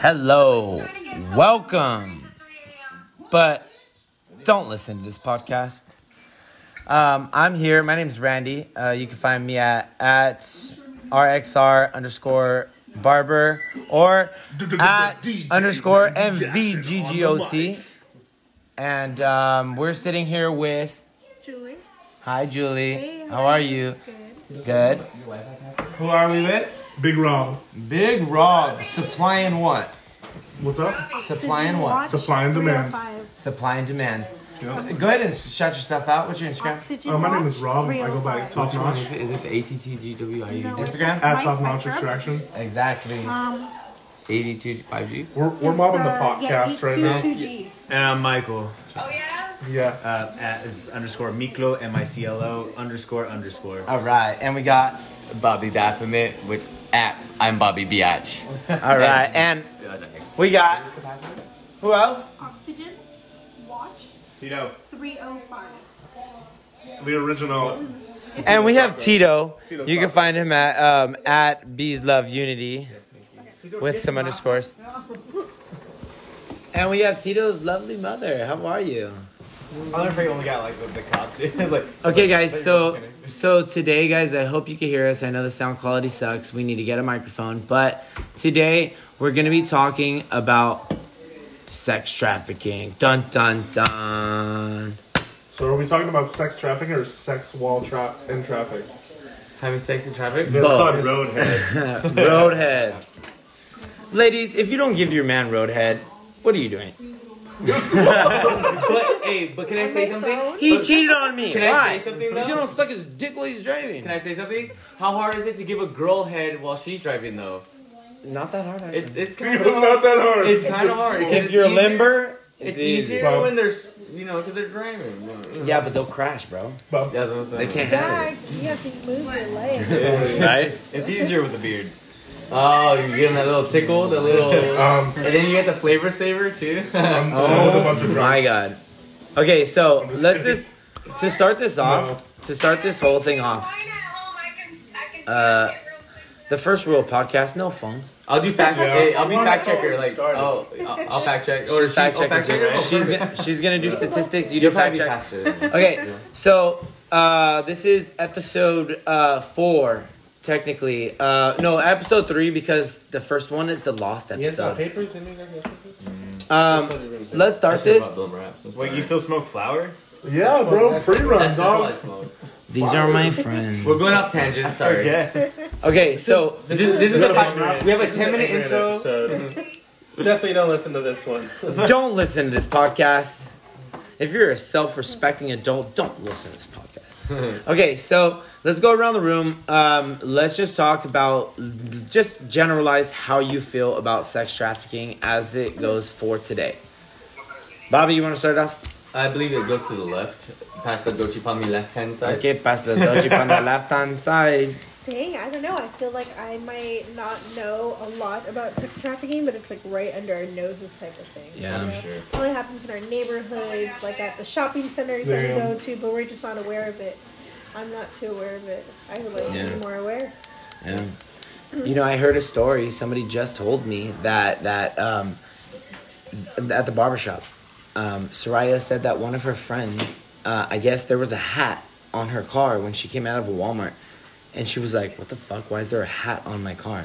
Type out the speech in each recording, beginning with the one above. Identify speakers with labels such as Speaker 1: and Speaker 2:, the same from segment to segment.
Speaker 1: Hello, welcome. But don't listen to this podcast. Um, I'm here. My name's Randy. Uh, you can find me at at rxr underscore barber or at underscore mvggot. And um, we're sitting here with
Speaker 2: Julie.
Speaker 1: Hi Julie.
Speaker 2: Hey,
Speaker 1: How
Speaker 2: hi.
Speaker 1: are you?
Speaker 2: Good.
Speaker 1: Good. Who are we with?
Speaker 3: Big Rob,
Speaker 1: Big Rob. Supplying what?
Speaker 3: what's up?
Speaker 1: Supply and what?
Speaker 2: what?
Speaker 3: Supply and demand.
Speaker 2: oh
Speaker 1: Supply and demand.
Speaker 3: Yeah.
Speaker 1: Go ahead and shout your stuff out. What's your Instagram?
Speaker 2: Oxygen
Speaker 3: Uh, my name
Speaker 2: Watch
Speaker 3: is Rob. I go by
Speaker 2: 305.
Speaker 3: Top Notch
Speaker 4: Is it, is it the ATTGWIU?
Speaker 2: No, it's
Speaker 1: Instagram?
Speaker 2: a
Speaker 3: at
Speaker 2: spice
Speaker 3: Top Notch
Speaker 2: spectrum.
Speaker 3: Extraction.
Speaker 1: Exactly.
Speaker 2: Um,
Speaker 4: 82 5G?
Speaker 3: We're, we're mobbing the
Speaker 2: uh, yeah,
Speaker 3: podcast right now.
Speaker 2: 82G.
Speaker 5: And I'm Michael
Speaker 3: Yeah.
Speaker 5: uh, at is underscore Miklo M I C L O underscore underscore.
Speaker 1: All right, and we got.
Speaker 4: Bobby Baphomet with at I'm Bobby Biatch.
Speaker 1: All right, and we got. Who else?
Speaker 2: Oxygen Watch
Speaker 5: Tito.
Speaker 2: 305.
Speaker 3: The original.
Speaker 1: And we have Tito. You can find him at um, at Bees Love Unity with some underscores. And we have Tito's lovely mother. How are you?
Speaker 5: I'll never only got like the, the cops. it's like
Speaker 1: Okay, guys. So, so today, guys, I hope you can hear us. I know the sound quality sucks. We need to get a microphone, but today we're gonna be talking about sex trafficking. Dun dun dun.
Speaker 3: So are we talking about sex trafficking or sex wall trap and traffic?
Speaker 4: Having sex in traffic?
Speaker 3: It's called
Speaker 1: Both.
Speaker 3: Roadhead.
Speaker 1: Roadhead. Ladies, if you don't give your man roadhead, what are you doing?
Speaker 4: But hey, but can I say something?
Speaker 1: He cheated on me.
Speaker 4: Can I
Speaker 1: Why?
Speaker 4: say something,
Speaker 1: Because you
Speaker 4: though?
Speaker 1: don't suck his dick while he's driving.
Speaker 4: Can I say something? How hard is it to give a girl head while she's driving though?
Speaker 1: Not that hard. Actually.
Speaker 4: It's it's
Speaker 3: it's
Speaker 4: kind of
Speaker 3: not that hard.
Speaker 4: it's kind of hard. 'cause
Speaker 1: if
Speaker 4: it's
Speaker 1: you're
Speaker 4: easier-
Speaker 1: limber,
Speaker 4: it's,
Speaker 1: it's, easy.
Speaker 4: easier
Speaker 3: Bro.
Speaker 4: when they're s- you know because they're driving.
Speaker 1: Yeah, but they'll crash, bro.
Speaker 3: But-
Speaker 4: That's what I'm
Speaker 1: They
Speaker 4: saying.
Speaker 1: can't handle it.
Speaker 2: Yeah, you have to move your leg.
Speaker 1: Right?
Speaker 5: it's easier with a beard.
Speaker 4: Oh, you give them that little tickle, that little,
Speaker 3: Um,
Speaker 4: and then you get the flavor saver too.
Speaker 3: I'm, I'm with a bunch
Speaker 1: Oh
Speaker 3: of
Speaker 1: my
Speaker 3: drugs.
Speaker 1: god. Okay, so
Speaker 3: just
Speaker 1: let's
Speaker 3: kidding.
Speaker 1: just to start this off, to start this whole thing off. Uh, the first rule of podcast, no phones.
Speaker 4: I'll do fact.
Speaker 3: Yeah.
Speaker 4: Hey, I'll be
Speaker 3: Why
Speaker 4: fact
Speaker 3: don't
Speaker 4: checker.
Speaker 3: we
Speaker 4: Like,
Speaker 3: start it?
Speaker 4: oh, I'll, I'll fact check. Or
Speaker 1: She's
Speaker 4: she-
Speaker 1: fact
Speaker 4: I'll
Speaker 1: checking
Speaker 4: checker.
Speaker 1: too. She's gonna she's gonna do statistics. You do
Speaker 4: You'll
Speaker 1: fact
Speaker 4: probably
Speaker 1: check.
Speaker 4: faster than me.
Speaker 1: Okay, so uh, this is episode uh, four, technically. Uh, no, episode three because the first one is the lost episode. Um, let's
Speaker 4: I
Speaker 1: start
Speaker 4: should've bought
Speaker 1: this.
Speaker 4: Bill Wraps, I'm
Speaker 5: Wait,
Speaker 4: sorry.
Speaker 5: you still smoke flour?
Speaker 3: Yeah, bro. Pre-run,
Speaker 4: That's all I
Speaker 3: dog.
Speaker 4: smoke.
Speaker 1: These are my friends.
Speaker 4: We're going off tangent. Sorry.
Speaker 5: Yeah.
Speaker 1: Okay, so
Speaker 4: This, is- this is
Speaker 3: We're gonna
Speaker 4: the five,
Speaker 3: run
Speaker 4: we have a ten minute intro.
Speaker 6: Definitely don't listen to this one.
Speaker 1: don't listen to this podcast. If you're a self-respecting adult, don't listen to this podcast. okay, so let's go around the room. Um, let's just talk about, just generalize how you feel about sex trafficking as it goes for today. Bobby, you want to start off?
Speaker 4: I believe it goes to the left, past the Dochipami left hand side.
Speaker 1: Okay, pass the dodgy on the left-hand side.
Speaker 2: Dang, I don't know. I feel like I might not know a lot about sex trafficking, but it's like right under our noses type of thing.
Speaker 1: Yeah.
Speaker 2: you know?
Speaker 4: I'm sure.
Speaker 2: Probably happens in our neighborhoods, like at the shopping centers that we
Speaker 3: Damn.
Speaker 2: go to, but we're just not aware of it. I'm not too aware of it. I would like to
Speaker 1: Yeah.
Speaker 2: be more aware.
Speaker 1: Yeah. You know, I heard a story. Somebody just told me that that um, at the barbershop, um, Soraya said that one of her friends, uh, I guess there was a hat on her car when she came out of a Walmart, and she was like, "What the fuck? Why is there a hat on my car?"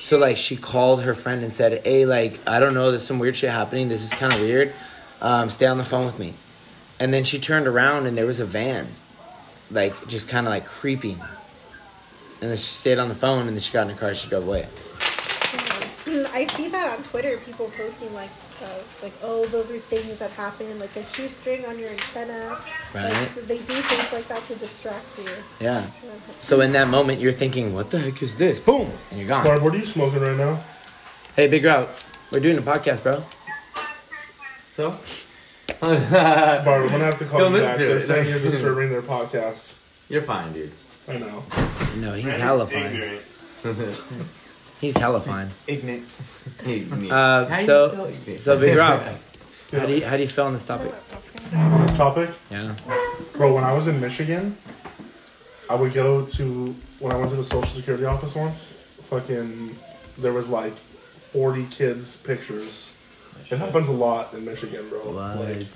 Speaker 1: So like, she called her friend and said, "Hey, like, I don't know. There's some weird shit happening. This is kind of weird. Um, stay on the phone with me." And then she turned around and there was a van, like just kind of like creeping and then she stayed on the phone, and then she got in her car. and She drove away.
Speaker 2: Um, I see that on Twitter, people posting like, uh, like, oh, those are things that happen, like a shoestring on your antenna. Like,
Speaker 1: Right.
Speaker 2: so they do things like that to distract you.
Speaker 1: Yeah. So in that moment, you're thinking, "What the heck is this?" Boom, and you're gone.
Speaker 3: Barb, what are you smoking right now?
Speaker 1: Hey, Big Route, we're doing a podcast, bro.
Speaker 4: So?
Speaker 3: Barb, I'm gonna have to call
Speaker 4: Don't
Speaker 3: you
Speaker 4: listen
Speaker 3: back.
Speaker 4: to
Speaker 3: They're
Speaker 4: it.
Speaker 3: saying you're disturbing their podcast.
Speaker 4: You're fine, dude.
Speaker 3: I know.
Speaker 1: No, he's hella fine.
Speaker 5: Ignorant.
Speaker 1: He's hella fine.
Speaker 5: Ignorant.
Speaker 4: Hey, me.
Speaker 1: Uh,
Speaker 4: How do you spell
Speaker 1: so,
Speaker 4: it?
Speaker 1: so Big Route,
Speaker 3: Yeah.
Speaker 1: how do you how do you feel on this topic?
Speaker 3: On this topic,
Speaker 1: Yeah.
Speaker 3: Bro, when I was in Michigan, I would go to when I went to the Social Security office once. Fucking, there was like 40 kids' pictures. It happens a lot in Michigan, bro.
Speaker 1: What?
Speaker 3: Like,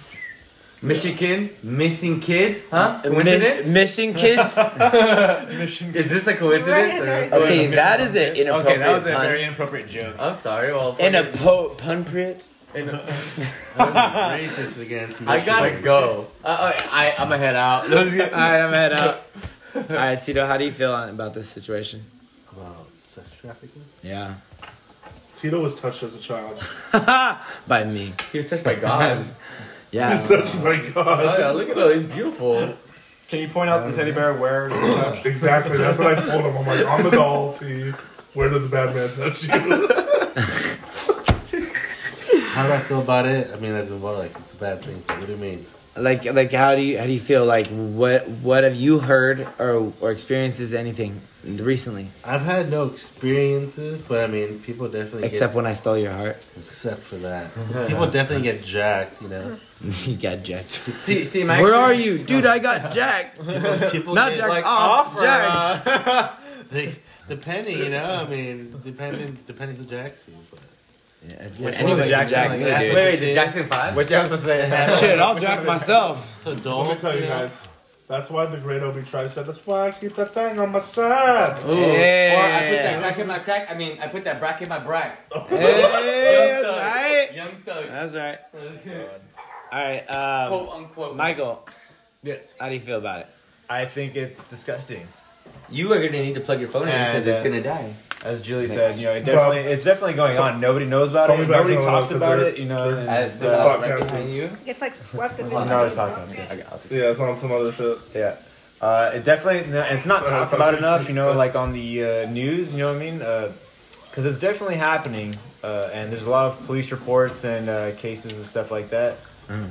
Speaker 6: Michigan missing kids, huh?
Speaker 1: Miss,
Speaker 6: Coincidence?
Speaker 1: missing kids?
Speaker 5: Mission.
Speaker 6: is this a coincidence?
Speaker 2: Right,
Speaker 6: or
Speaker 2: right.
Speaker 6: what's going
Speaker 1: Okay,
Speaker 6: on?
Speaker 1: that is an inappropriate
Speaker 5: Okay, that was a
Speaker 1: pun.
Speaker 5: very inappropriate joke.
Speaker 4: Oh,
Speaker 6: I'm sorry. Well,
Speaker 1: In a
Speaker 6: fucking-
Speaker 1: po- punprit?
Speaker 6: in a-
Speaker 7: racist against Michigan.
Speaker 6: I gotta go. Uh, I, I, I'm gonna head out. Let's
Speaker 1: All
Speaker 6: get-
Speaker 1: right, I'm head out. All right, Tito, how do you feel on, about this situation?
Speaker 7: Wow, sex trafficking.
Speaker 1: Yeah,
Speaker 3: Tito was touched as a child.
Speaker 1: by me.
Speaker 6: He was touched by God.
Speaker 1: Yeah,
Speaker 3: touched by
Speaker 6: Oh, yeah,
Speaker 3: God.
Speaker 6: look at him. He's beautiful.
Speaker 5: Can you point out the teddy bear where?
Speaker 3: exactly. That's what I told him. I'm like, I'm the doll, T. Where did the bad man touch you?
Speaker 7: How do I feel about it? I mean, as in what? Like, it's a bad thing. What do you mean?
Speaker 1: like, like, how do you how do you feel? Like, what what have you heard or or experiences anything recently?
Speaker 7: I've had no experiences, but I mean, people definitely
Speaker 1: Except when I stole your heart,
Speaker 7: get, except for that, people definitely get jacked. You know,
Speaker 1: you got jacked.
Speaker 6: See, see, my
Speaker 1: Where are
Speaker 6: experience-
Speaker 1: you, dude? I got jacked.
Speaker 7: people, people
Speaker 1: Not
Speaker 7: get,
Speaker 1: jacked
Speaker 7: like,
Speaker 1: off,
Speaker 7: off
Speaker 1: jacked.
Speaker 7: or, uh, they, depending, you know, I mean, depending, depending who jacks you. But.
Speaker 5: Anyway, Jackson,
Speaker 1: Jackson,
Speaker 6: Wait, wait, the Jackson Five.
Speaker 5: What you was supposed to say?
Speaker 1: Shit, I'll jack myself.
Speaker 7: So
Speaker 3: Let me
Speaker 7: adults,
Speaker 3: tell you
Speaker 7: know,
Speaker 3: guys. That's why the great Obi Tri said, that's why I keep that thing on my side.
Speaker 6: Ooh. Or I put
Speaker 1: Yeah.
Speaker 6: that crack in my crack. I mean, I put that brack in my brack.
Speaker 1: Hey, that's right.
Speaker 6: Young thug.
Speaker 1: That's right. All right, um,
Speaker 6: Quote unquote.
Speaker 1: Michael,
Speaker 5: Yes.
Speaker 1: how do you feel about it?
Speaker 5: I think it's disgusting.
Speaker 6: you are gonna need to plug your phone in because
Speaker 5: And,
Speaker 6: it's
Speaker 5: uh,
Speaker 6: gonna die.
Speaker 5: As Julie said, you know, it definitely it's definitely going on. Nobody knows about
Speaker 3: Call
Speaker 5: it.
Speaker 3: me back
Speaker 5: Nobody
Speaker 3: in a
Speaker 5: talks
Speaker 3: while, 'cause
Speaker 5: about
Speaker 3: they're-
Speaker 5: it. You know, and
Speaker 6: As
Speaker 5: it's,
Speaker 6: the
Speaker 5: uh,
Speaker 3: Fuck,
Speaker 6: light right
Speaker 3: guys,
Speaker 6: behind
Speaker 3: it's-
Speaker 6: you.
Speaker 2: It's like swept in
Speaker 5: it's another podcast. I got it.
Speaker 3: Yeah, it's on some other shit.
Speaker 5: Yeah. Uh, it definitely no, it's not
Speaker 3: Uh,
Speaker 5: talked about
Speaker 3: focus.
Speaker 5: enough, you know, like on the uh, news. You know what I mean? Because it's definitely happening, uh, and there's a lot of police reports and uh, cases and stuff like that.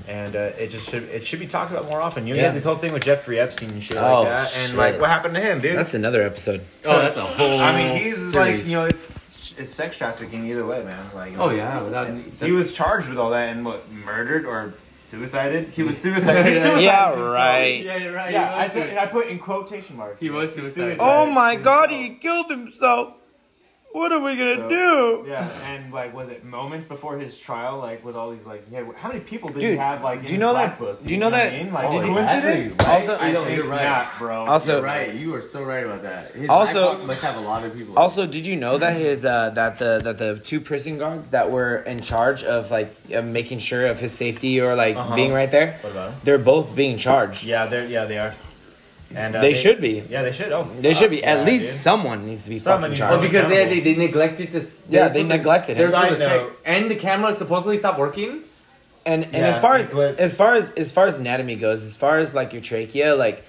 Speaker 5: And uh, it just should it should be talked about more often. You know, you
Speaker 1: Mm. Yeah.
Speaker 5: had this whole thing with Jeffrey Epstein and shit
Speaker 1: Oh,
Speaker 5: like that, and like
Speaker 1: shit.
Speaker 5: what happened to him, dude?
Speaker 1: That's another episode.
Speaker 6: Oh, that's a whole.
Speaker 5: I mean, he's like
Speaker 6: series.
Speaker 5: you know, it's it's sex trafficking either way, man. Like,
Speaker 6: Oh yeah, without.
Speaker 5: he was charged with all that and what murdered or suicided? He was suicided. He suicided
Speaker 1: Yeah,
Speaker 5: himself.
Speaker 1: right.
Speaker 6: Yeah, you're right.
Speaker 5: Yeah,
Speaker 6: he
Speaker 5: I
Speaker 6: was
Speaker 5: said I put in quotation marks.
Speaker 6: He was
Speaker 5: He
Speaker 6: suicided.
Speaker 1: Oh
Speaker 5: suicided.
Speaker 1: killed himself. What are we
Speaker 5: So- Yeah, and like, was it moments before his trial? Like, with all these like, yeah, how many people did he
Speaker 1: Dude,
Speaker 5: have? Like, in
Speaker 1: do you
Speaker 5: his
Speaker 1: know
Speaker 5: black
Speaker 1: that-
Speaker 5: Book,
Speaker 1: do you know
Speaker 5: what I
Speaker 1: that-
Speaker 5: mean? Like,
Speaker 6: Oh,
Speaker 5: coincidence?
Speaker 6: exactly, right?
Speaker 1: Also-
Speaker 5: I
Speaker 6: No,
Speaker 5: think
Speaker 6: you're right.
Speaker 5: not, bro.
Speaker 1: Also,
Speaker 6: You're right. You are so right about that. His
Speaker 1: Also-
Speaker 6: also, must have a lot of people.
Speaker 1: also, did you know that his uh, that the that the two prison guards that were in charge of like uh, making sure of his safety or like
Speaker 5: Uh-huh.
Speaker 1: being right there,
Speaker 5: What about him?
Speaker 1: they're both being charged.
Speaker 5: Yeah, they're yeah they are, and uh,
Speaker 1: They should be.
Speaker 5: Yeah, they should. Oh,
Speaker 1: They should
Speaker 5: fuck
Speaker 1: be.
Speaker 5: yeah,
Speaker 1: At least
Speaker 5: dude.
Speaker 1: someone needs to be
Speaker 5: Someone
Speaker 1: fucking
Speaker 5: needs
Speaker 1: charged.
Speaker 5: to be
Speaker 6: Oh, because they, they they neglected to.
Speaker 1: Yeah,
Speaker 6: s- were
Speaker 1: they
Speaker 6: supposed to-
Speaker 1: neglected it.
Speaker 6: they were supposed to
Speaker 5: Side
Speaker 6: check,
Speaker 5: note.
Speaker 6: and the camera supposedly stopped working.
Speaker 1: and and
Speaker 5: Yeah,
Speaker 1: as far as
Speaker 5: it glitched.
Speaker 1: as far as as far as anatomy goes, as far as like your trachea, like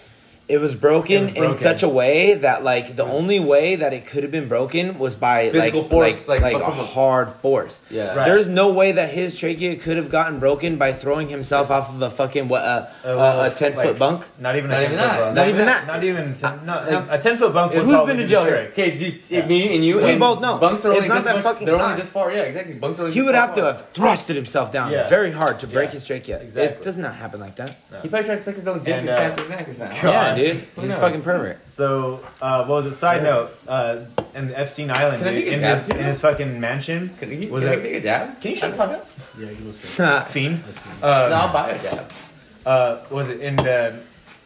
Speaker 1: it was broken,
Speaker 5: It was
Speaker 1: in
Speaker 5: broken.
Speaker 1: such a way that like the only way that it could have been broken was by like,
Speaker 6: Physical force,
Speaker 1: like
Speaker 6: like,
Speaker 1: like,
Speaker 6: but
Speaker 1: a
Speaker 6: from a-
Speaker 1: hard force.
Speaker 6: Yeah.
Speaker 5: Right.
Speaker 1: There's no way that his trachea could have gotten broken by throwing himself off of a fucking what a a, a ten
Speaker 5: Uh, like,
Speaker 1: foot bunk.
Speaker 5: Not even a
Speaker 6: Not
Speaker 5: ten
Speaker 6: even
Speaker 5: foot
Speaker 6: that.
Speaker 5: bunk.
Speaker 1: Not even that.
Speaker 5: Not even ten, not,
Speaker 1: like-
Speaker 5: not- a ten foot bunk. Would
Speaker 1: Who's
Speaker 5: probably
Speaker 1: been to
Speaker 5: do
Speaker 1: jail
Speaker 5: the
Speaker 1: here?
Speaker 5: trick.
Speaker 6: Okay, dude, me and you
Speaker 1: We
Speaker 6: and
Speaker 1: both know.
Speaker 6: bunks are
Speaker 1: It's
Speaker 6: only
Speaker 1: not
Speaker 6: this
Speaker 1: that
Speaker 6: much,
Speaker 1: fucking
Speaker 6: They're only
Speaker 1: high.
Speaker 6: this far. Yeah, exactly. Bunks are only.
Speaker 1: He
Speaker 6: this
Speaker 1: would
Speaker 6: far
Speaker 1: have to
Speaker 6: apart.
Speaker 1: have thrusted himself down
Speaker 5: Yeah.
Speaker 1: very hard to break
Speaker 5: Yeah.
Speaker 1: his trachea. It
Speaker 5: Exactly.
Speaker 1: does not happen like that.
Speaker 6: He probably tried to suck his own dick
Speaker 5: And,
Speaker 6: and,
Speaker 5: uh,
Speaker 6: snap his neck or something.
Speaker 5: God.
Speaker 1: Yeah, dude,
Speaker 5: Uh, Who
Speaker 1: he's a
Speaker 5: knows?
Speaker 1: fucking pervert.
Speaker 5: So, uh, what was it? Side note, uh, in Epstein Island,
Speaker 6: Can I
Speaker 5: dude,
Speaker 6: take a
Speaker 5: in
Speaker 6: dab
Speaker 5: his
Speaker 6: here?
Speaker 5: in his fucking mansion.
Speaker 6: Can he
Speaker 5: Was
Speaker 6: can
Speaker 5: it-
Speaker 6: he take a dab?
Speaker 5: Can you shut the fuck up,
Speaker 7: Yeah, you look so-
Speaker 1: Huh.
Speaker 5: fiend?
Speaker 6: Ah. No,
Speaker 5: Uh,
Speaker 6: I'll buy a dab.
Speaker 5: uh, what was it in the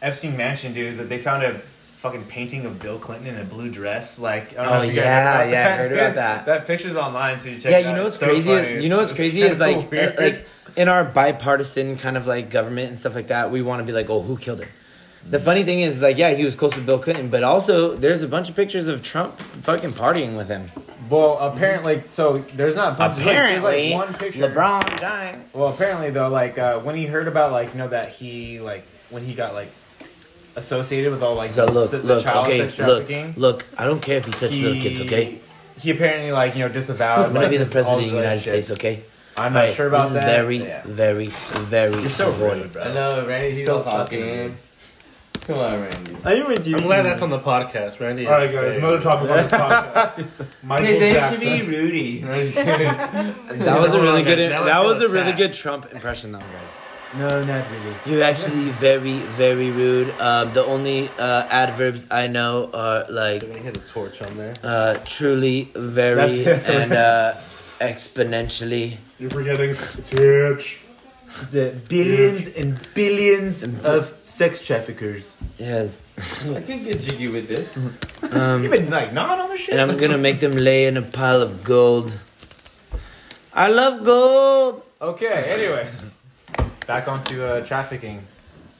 Speaker 5: Epstein mansion, dude? Is that they found a fucking painting of Bill Clinton in a blue dress? Like, I don't
Speaker 1: Oh,
Speaker 5: know if you guys
Speaker 1: yeah,
Speaker 5: heard about
Speaker 1: yeah, I
Speaker 5: that,
Speaker 1: heard about
Speaker 5: dude.
Speaker 1: that.
Speaker 5: That picture's online, so you check.
Speaker 1: yeah,
Speaker 5: it
Speaker 1: you
Speaker 5: out.
Speaker 1: know what's
Speaker 5: It's so
Speaker 1: crazy?
Speaker 5: funny.
Speaker 1: You know what's
Speaker 5: It's-
Speaker 1: crazy
Speaker 5: it's
Speaker 1: is like
Speaker 5: kinda
Speaker 1: uh,
Speaker 5: weird.
Speaker 1: like in our bipartisan kind of like government and stuff like that, we want to be like, oh, who killed him? The funny thing is, like, yeah, he was close with Bill Clinton, but also there's a bunch of pictures of Trump fucking partying with him.
Speaker 5: Well, apparently, so there's not a bunch of-
Speaker 1: Apparently,
Speaker 5: there's like one picture.
Speaker 1: LeBron James.
Speaker 5: Well, apparently though, like uh, when he heard about like you know that he like when he got like associated with all like
Speaker 1: So look,
Speaker 5: the, the
Speaker 1: look,
Speaker 5: child
Speaker 1: okay,
Speaker 5: sex trafficking,
Speaker 1: look, look. I don't care if you touch little kids, okay?
Speaker 5: He apparently like you know disavowed.
Speaker 1: I'm gonna
Speaker 5: like,
Speaker 1: be the
Speaker 5: this-
Speaker 1: president
Speaker 5: all
Speaker 1: of
Speaker 5: these
Speaker 1: the United
Speaker 5: relationships.
Speaker 1: States, okay?
Speaker 5: I'm not
Speaker 1: Alright,
Speaker 5: sure about
Speaker 1: this is
Speaker 5: that.
Speaker 1: very,
Speaker 5: Yeah.
Speaker 1: very, very.
Speaker 5: You're so
Speaker 1: important.
Speaker 5: rude, bro.
Speaker 6: I know, Randy. He's
Speaker 5: So
Speaker 6: so fucking.
Speaker 5: fucking-
Speaker 6: Come on, Randy.
Speaker 5: Are you with you?
Speaker 7: I'm glad that's on the podcast, Randy.
Speaker 3: All right, guys, another topic on this podcast. Michael
Speaker 6: His name should be
Speaker 3: Jackson.
Speaker 6: Rudy.
Speaker 1: That was a really good.
Speaker 7: Now I
Speaker 1: That
Speaker 7: feel
Speaker 1: was a really
Speaker 7: attacked.
Speaker 1: good Trump impression, though, guys.
Speaker 5: No, not really.
Speaker 1: You're actually very, very rude. Um, the only uh, adverbs I know are like
Speaker 7: They're gonna hit a torch on there.
Speaker 1: uh, truly, very,
Speaker 5: That's-
Speaker 1: and uh, exponentially.
Speaker 3: You're forgetting it's huge.
Speaker 5: The billions and billions of sex traffickers.
Speaker 1: Yes.
Speaker 6: I can get jiggy with this.
Speaker 5: you been like not on the shit.
Speaker 1: And I'm gonna make them lay in a pile of gold. I love gold.
Speaker 5: Okay. Anyways, back onto uh, trafficking,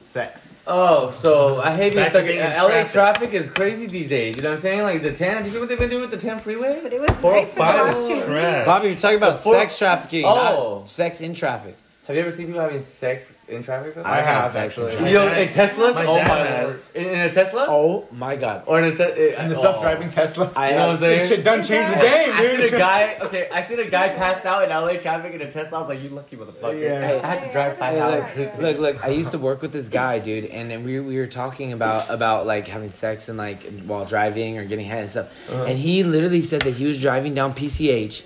Speaker 5: sex.
Speaker 6: Oh, so I hate
Speaker 8: Back
Speaker 6: being
Speaker 8: to
Speaker 6: stuck in
Speaker 8: being in
Speaker 6: LA
Speaker 8: traffic.
Speaker 6: traffic is crazy these days. You know what I'm saying? Like the 10, do you see what they've been doing with the 10 freeway?
Speaker 2: But it was
Speaker 8: Four
Speaker 2: nice for the
Speaker 8: five
Speaker 2: last two
Speaker 8: trash.
Speaker 1: Bobby, you're talking about
Speaker 6: Before-
Speaker 1: sex trafficking,
Speaker 6: Oh.
Speaker 1: not sex in traffic.
Speaker 6: Have you ever seen people having sex in traffic?
Speaker 1: I
Speaker 6: Like,
Speaker 1: have
Speaker 5: have,
Speaker 1: actually.
Speaker 5: actually.
Speaker 6: You know, in Teslas?
Speaker 8: My
Speaker 6: oh
Speaker 8: dad
Speaker 6: my
Speaker 8: has.
Speaker 6: lord. In, in a Tesla?
Speaker 1: Oh my god.
Speaker 6: Or in a te-
Speaker 5: And the
Speaker 6: oh.
Speaker 5: self-driving Tesla.
Speaker 1: I
Speaker 6: You know what I'm saying?
Speaker 5: shit done changed the
Speaker 6: Hey,
Speaker 5: game,
Speaker 6: I seen
Speaker 5: dude.
Speaker 6: a guy. Okay, I seen a guy passed out in LA traffic in a Tesla. I was like, "You lucky motherfucker!"
Speaker 1: Yeah.
Speaker 6: I had to drive five
Speaker 1: Hey,
Speaker 6: hours.
Speaker 1: look, look, look, I used to work with this guy, dude, and then we, we were talking about about like having sex and like while driving or getting head and stuff. And he literally said that he was driving down PCH,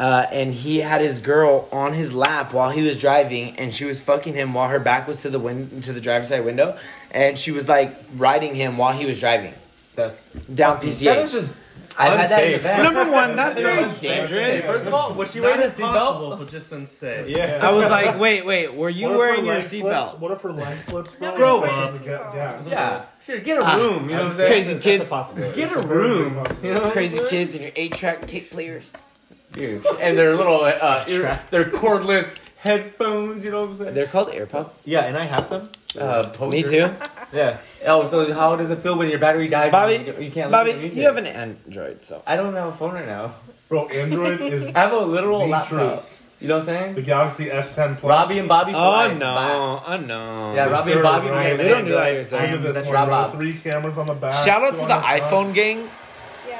Speaker 1: uh, and he had his girl on his lap while he was driving, and she was fucking him while her back was to the win- to the driver's side window, and she was like riding him while he was driving
Speaker 5: That's
Speaker 1: down
Speaker 5: that is
Speaker 1: PCH.
Speaker 5: just
Speaker 6: I had that in the
Speaker 5: unsafe.
Speaker 6: back.
Speaker 1: one, that's
Speaker 5: very
Speaker 6: Hey,
Speaker 5: dangerous.
Speaker 6: first of all, was she
Speaker 8: Not
Speaker 6: wearing a
Speaker 8: impossible,
Speaker 6: seatbelt?
Speaker 8: but just unsafe.
Speaker 5: Yeah.
Speaker 1: I was like, wait, wait, were you
Speaker 3: What if her
Speaker 1: wearing your
Speaker 3: leg slips?
Speaker 1: seatbelt?
Speaker 3: What if her leg slips?
Speaker 2: No,
Speaker 3: bro?
Speaker 2: Grow
Speaker 3: Yeah,
Speaker 2: up.
Speaker 3: yeah.
Speaker 6: Yeah, sure. Get a
Speaker 1: Ah,
Speaker 6: room. You know what I'm
Speaker 5: That's
Speaker 6: saying?
Speaker 1: crazy
Speaker 5: a- that's
Speaker 1: kids.
Speaker 5: a possibility.
Speaker 6: Get a
Speaker 3: Very
Speaker 6: room.
Speaker 3: possible.
Speaker 6: You know,
Speaker 1: Crazy kids and your eight-track tape players.
Speaker 6: Dude, and their little uh, ear, their cordless headphones. You know what I'm saying?
Speaker 1: They're called AirPods.
Speaker 5: Yeah, and I have some.
Speaker 6: Uh, poser.
Speaker 1: Me too.
Speaker 5: Yeah.
Speaker 6: Oh, so how does it feel when your battery dies?
Speaker 1: Bobby,
Speaker 6: and you, you can't. listen to
Speaker 1: Bobby,
Speaker 6: music?
Speaker 1: you have an Android, so.
Speaker 6: I don't have a phone right now.
Speaker 3: Bro, Android is
Speaker 6: I have a literal
Speaker 3: The
Speaker 6: laptop.
Speaker 3: truth.
Speaker 6: You know what I'm saying?
Speaker 3: the Galaxy S10 Plus.
Speaker 6: Robbie and Bobby. for
Speaker 1: Oh
Speaker 6: life. Bye.
Speaker 1: no, oh no.
Speaker 6: Yeah,
Speaker 3: Yes,
Speaker 6: Robbie and
Speaker 3: sir,
Speaker 6: Bobby.
Speaker 3: Robbie.
Speaker 6: became
Speaker 1: They don't do
Speaker 6: good.
Speaker 1: that here,
Speaker 3: Look
Speaker 1: son.
Speaker 3: at this
Speaker 6: That's
Speaker 3: one, bro.
Speaker 6: Rob.
Speaker 3: Three cameras on the back.
Speaker 1: Shout out
Speaker 3: two
Speaker 1: to
Speaker 3: on
Speaker 1: the
Speaker 3: front.
Speaker 1: iPhone gang
Speaker 2: Yeah.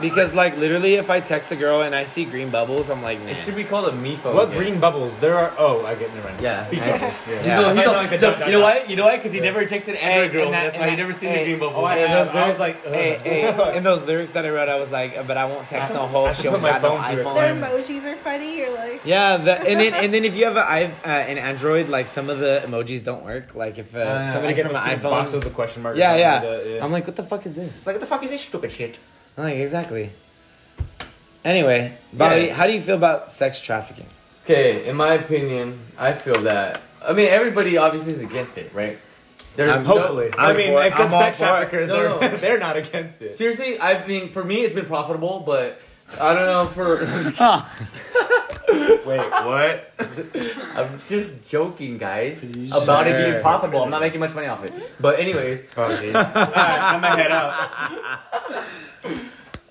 Speaker 1: because, like, literally, if I text a girl and I see green bubbles, I'm like,
Speaker 6: It
Speaker 1: man.
Speaker 6: should be called a me phone.
Speaker 5: What
Speaker 6: game.
Speaker 5: green bubbles? There are. Oh, I get never mind.
Speaker 6: Yeah.
Speaker 5: Speak
Speaker 6: I-
Speaker 5: of this. Yeah.
Speaker 1: Yeah.
Speaker 6: He's all- he's
Speaker 5: I
Speaker 6: all-
Speaker 5: know, I could
Speaker 6: the-
Speaker 5: dot, dot,
Speaker 6: you know
Speaker 5: dot.
Speaker 6: why? You know why? Because he never texted an Android
Speaker 1: Hey,
Speaker 6: girl.
Speaker 1: and that-
Speaker 6: That's
Speaker 1: and
Speaker 6: why you
Speaker 1: that-
Speaker 6: never seen
Speaker 1: hey.
Speaker 6: the green bubble.
Speaker 5: Oh, I
Speaker 1: And
Speaker 5: have.
Speaker 1: those
Speaker 5: I was like,
Speaker 1: lyrics-
Speaker 5: ugh.
Speaker 1: Hey, hey, in those lyrics that I wrote, I was like, uh, but I won't text no
Speaker 5: I
Speaker 1: whole
Speaker 5: should
Speaker 1: show.
Speaker 5: put my
Speaker 1: got no
Speaker 5: phone through it.
Speaker 1: iPhone.
Speaker 2: Their
Speaker 5: Lines.
Speaker 2: emojis are funny. You're like,
Speaker 1: Yeah, the, and then and then if you have a, I- uh, an Android, like some of the emojis don't work. Like if uh,
Speaker 5: Uh,
Speaker 1: somebody
Speaker 5: I get
Speaker 1: from an
Speaker 5: this little box with
Speaker 1: iPhone,
Speaker 5: a question mark. or
Speaker 1: yeah,
Speaker 5: something
Speaker 1: yeah.
Speaker 5: like that,
Speaker 1: I'm like, what the fuck is this?
Speaker 5: It's like, the fuck is this stupid shit?
Speaker 1: I'm like, exactly. Anyway, Bobby,
Speaker 6: Yeah.
Speaker 1: how do you feel about sex trafficking?
Speaker 6: Okay, in my opinion, I feel that. I mean, everybody obviously is against it, right? There's
Speaker 1: I'm-
Speaker 6: no-
Speaker 5: Hopefully.
Speaker 1: I'm
Speaker 5: I mean,
Speaker 1: for it.
Speaker 5: except
Speaker 1: I'm all
Speaker 5: sex
Speaker 1: for it.
Speaker 5: traffickers,
Speaker 6: No,
Speaker 5: they're,
Speaker 6: no.
Speaker 5: they're not against it.
Speaker 6: Seriously, I mean, for me, it's been profitable, but I don't know for.
Speaker 5: Wait, what?
Speaker 6: I'm just joking, guys, about it being
Speaker 1: Sure.
Speaker 6: profitable. I'm not making much money off it. But anyways,
Speaker 5: I'm gonna head out.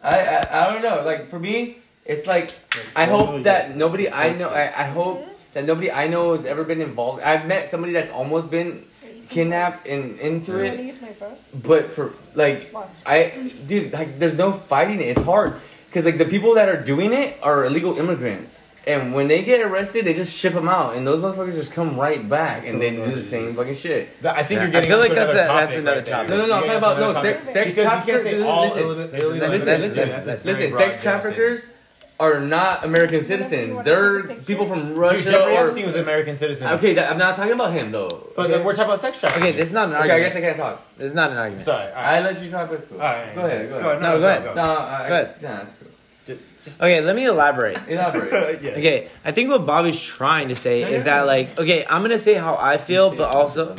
Speaker 6: I, I I don't know. Like for me, it's like I hope that nobody I know. I, I hope that nobody I know has ever been involved. I've met somebody that's almost been kidnapped and into
Speaker 2: I'm gonna
Speaker 6: it,
Speaker 2: use my phone.
Speaker 6: but for like
Speaker 2: Watch.
Speaker 6: I dude, like there's no fighting it. It's hard because like the people that are doing it are illegal immigrants, and when they get arrested, they just ship them out, and those motherfuckers just come right back, and they do the same fucking shit.
Speaker 5: I think
Speaker 1: Yeah,
Speaker 5: you're getting.
Speaker 1: I feel like
Speaker 5: into
Speaker 1: that's
Speaker 5: another
Speaker 1: a- that's another
Speaker 5: topic right there.
Speaker 1: topic.
Speaker 6: No, no, no. I'm talking
Speaker 5: You're
Speaker 6: about no
Speaker 5: getting into another
Speaker 6: sex,
Speaker 5: topic.
Speaker 6: sex
Speaker 5: Because you can't
Speaker 6: traffickers.
Speaker 5: say all.
Speaker 6: listen,
Speaker 5: illi- illegal
Speaker 1: that's-
Speaker 6: listen,
Speaker 5: immigrants.
Speaker 1: that's-
Speaker 6: listen,
Speaker 1: that's
Speaker 5: very
Speaker 6: listen.
Speaker 5: broad
Speaker 6: Sex
Speaker 5: generalization.
Speaker 6: traffickers are not American citizens. They're people from Russia
Speaker 5: Dude, Jeffrey
Speaker 6: or.
Speaker 5: Epstein was an American citizen.
Speaker 6: Okay, that, I'm not talking about him though.
Speaker 5: But then we're talking about sex trafficking.
Speaker 1: Okay, this is not an
Speaker 6: Okay, I
Speaker 1: argument.
Speaker 6: guess I can't talk.
Speaker 1: This is not an argument.
Speaker 5: Sorry. All
Speaker 6: I
Speaker 5: right.
Speaker 6: let you talk, but it's cool.
Speaker 5: All right.
Speaker 6: Go ahead. Go
Speaker 5: on,
Speaker 6: ahead.
Speaker 1: No, go ahead.
Speaker 6: No, I,
Speaker 1: Go ahead.
Speaker 6: Nah, it's cool.
Speaker 1: Okay, let me elaborate.
Speaker 6: Elaborate.
Speaker 5: Yeah.
Speaker 1: Okay, I think what Bobby's trying to say is that like, okay, I'm gonna say how I feel, but also,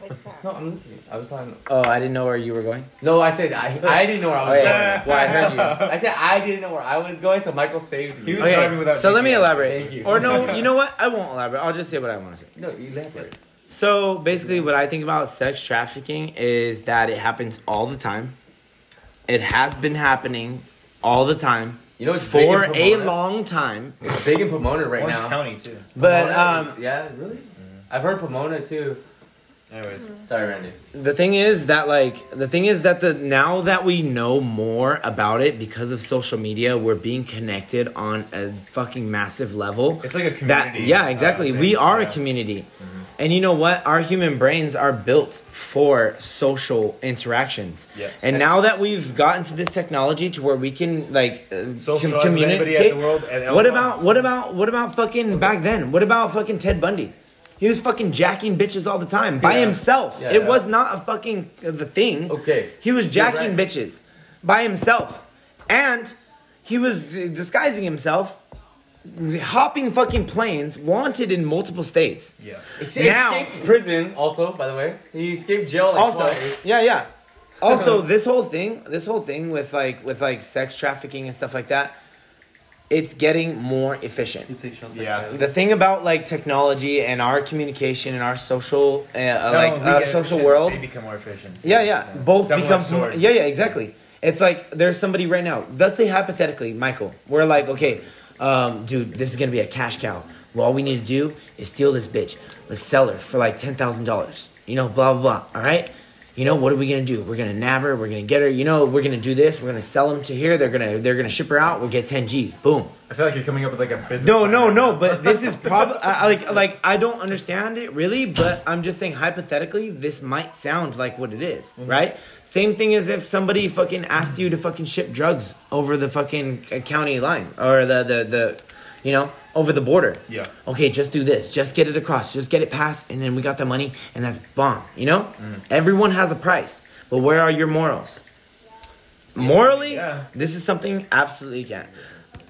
Speaker 2: Like that.
Speaker 6: No, I'm listening. I was talking.
Speaker 1: oh, I didn't know where you were going.
Speaker 6: No, I said I, I didn't know where I
Speaker 1: Oh
Speaker 6: was
Speaker 1: yeah,
Speaker 6: going.
Speaker 1: well I heard you.
Speaker 6: I said I didn't know where I was going, so Michael saved
Speaker 5: He
Speaker 6: me.
Speaker 5: was driving
Speaker 1: Okay,
Speaker 5: without.
Speaker 1: so let me
Speaker 5: GPS.
Speaker 1: elaborate.
Speaker 6: Thank you.
Speaker 1: Or no, you know what? I won't elaborate. I'll just say what I want to say.
Speaker 6: No, elaborate.
Speaker 1: So basically, what I think about sex trafficking is that it happens all the time. It has been happening all the time
Speaker 6: You know, it's big in
Speaker 1: for a
Speaker 6: Pomona.
Speaker 1: long time.
Speaker 6: It's big in Pomona right
Speaker 5: Orange
Speaker 6: now.
Speaker 5: County too.
Speaker 1: But
Speaker 6: Pomona?
Speaker 1: um, Mm.
Speaker 6: yeah, really, I've heard Pomona too.
Speaker 5: Anyways,
Speaker 6: Sorry, Randy.
Speaker 1: the thing is that like the thing is that the now that we know more about it because of social media, we're being connected on a fucking massive level.
Speaker 5: it's like a
Speaker 1: that
Speaker 5: community.
Speaker 1: yeah exactly
Speaker 5: uh,
Speaker 1: we
Speaker 5: thing.
Speaker 1: are
Speaker 5: Yeah. Mm-hmm.
Speaker 1: a community and you know what our human brains are built for social interactions
Speaker 5: Yeah.
Speaker 1: and now that we've gotten to this technology to where we can like uh, com-
Speaker 5: Socialize with everybody
Speaker 1: communicate
Speaker 5: at the world. At all
Speaker 1: what
Speaker 5: times.
Speaker 1: about what about what about fucking back then what about fucking ted bundy he was fucking jacking bitches all the time by
Speaker 6: Yeah.
Speaker 1: himself
Speaker 6: Yeah,
Speaker 1: it
Speaker 6: yeah.
Speaker 1: was not a fucking uh, the thing
Speaker 6: Okay.
Speaker 1: he was
Speaker 6: You're
Speaker 1: jacking
Speaker 6: right.
Speaker 1: bitches by himself and He was uh, disguising himself, hopping fucking planes, wanted in multiple states.
Speaker 5: Yeah.
Speaker 6: He
Speaker 1: Now-
Speaker 6: escaped prison, also, by the way. He escaped jail. Like
Speaker 1: also
Speaker 6: twice.
Speaker 1: yeah yeah also this whole thing this whole thing with like with like sex trafficking and stuff like that it's getting more efficient
Speaker 5: Yeah.
Speaker 1: the thing about like technology and our communication and our social uh, uh,
Speaker 5: No,
Speaker 1: like
Speaker 5: we
Speaker 1: uh,
Speaker 5: get
Speaker 1: social
Speaker 5: efficient.
Speaker 1: world
Speaker 5: They become more efficient. too.
Speaker 1: yeah yeah
Speaker 5: It's
Speaker 1: both
Speaker 5: double-edged
Speaker 1: become
Speaker 5: sword.
Speaker 1: yeah yeah exactly it's like there's somebody right now let's say hypothetically michael we're like okay um, dude this is gonna be a cash cow well all we need to do is steal this bitch let's sell her for like $10000 you know blah blah blah all right you know what are we gonna do we're gonna nab her we're gonna get her you know we're gonna do this we're gonna sell them to here they're gonna they're gonna ship her out we'll get 10 g's boom
Speaker 5: I feel like you're coming up with like a business.
Speaker 1: no,
Speaker 5: plan.
Speaker 1: no, no. But this is probably like like I don't understand it really. But I'm just saying hypothetically, this might sound like what it is,
Speaker 5: Mm-hmm.
Speaker 1: right? Same thing as if somebody fucking asked you to fucking ship drugs over the fucking uh, county line or the the the, you know, over the border.
Speaker 5: Yeah.
Speaker 1: Okay, just do this. Just get it across. Just get it passed, and then we got the money, and that's bomb. You know,
Speaker 5: Mm.
Speaker 1: everyone has a price, but where are your morals? Morally,
Speaker 5: Yeah.
Speaker 1: this is something absolutely can't.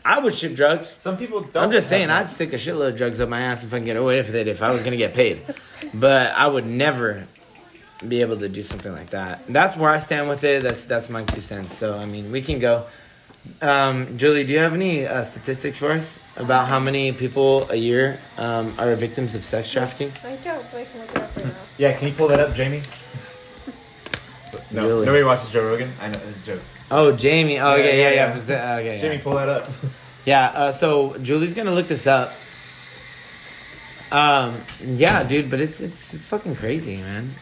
Speaker 1: I would ship drugs.
Speaker 5: Some people don't.
Speaker 1: I'm just
Speaker 5: have
Speaker 1: saying,
Speaker 5: that.
Speaker 1: I'd stick a shitload of drugs up my ass if I can get away with it if I was gonna get paid. But I would never be able to do something like that. That's where I stand with it. That's that's my two cents. So I mean, we can go. Um, Julie, do you have any uh, statistics for us about how many people a year um, are victims of sex trafficking?
Speaker 2: I don't, but I can look it up right now.
Speaker 5: Yeah, can you pull that up, Jamie? No,
Speaker 1: Really?
Speaker 5: nobody watches Joe Rogan. I know it's a joke.
Speaker 1: Oh, Jamie. Oh,
Speaker 5: Yeah,
Speaker 1: okay, yeah,
Speaker 5: yeah,
Speaker 1: yeah.
Speaker 5: yeah.
Speaker 1: Is that- Okay, yeah.
Speaker 5: Jamie, pull that up.
Speaker 1: Yeah, uh, so Julie's gonna look this up. Um, yeah, dude, but it's it's it's fucking crazy, man.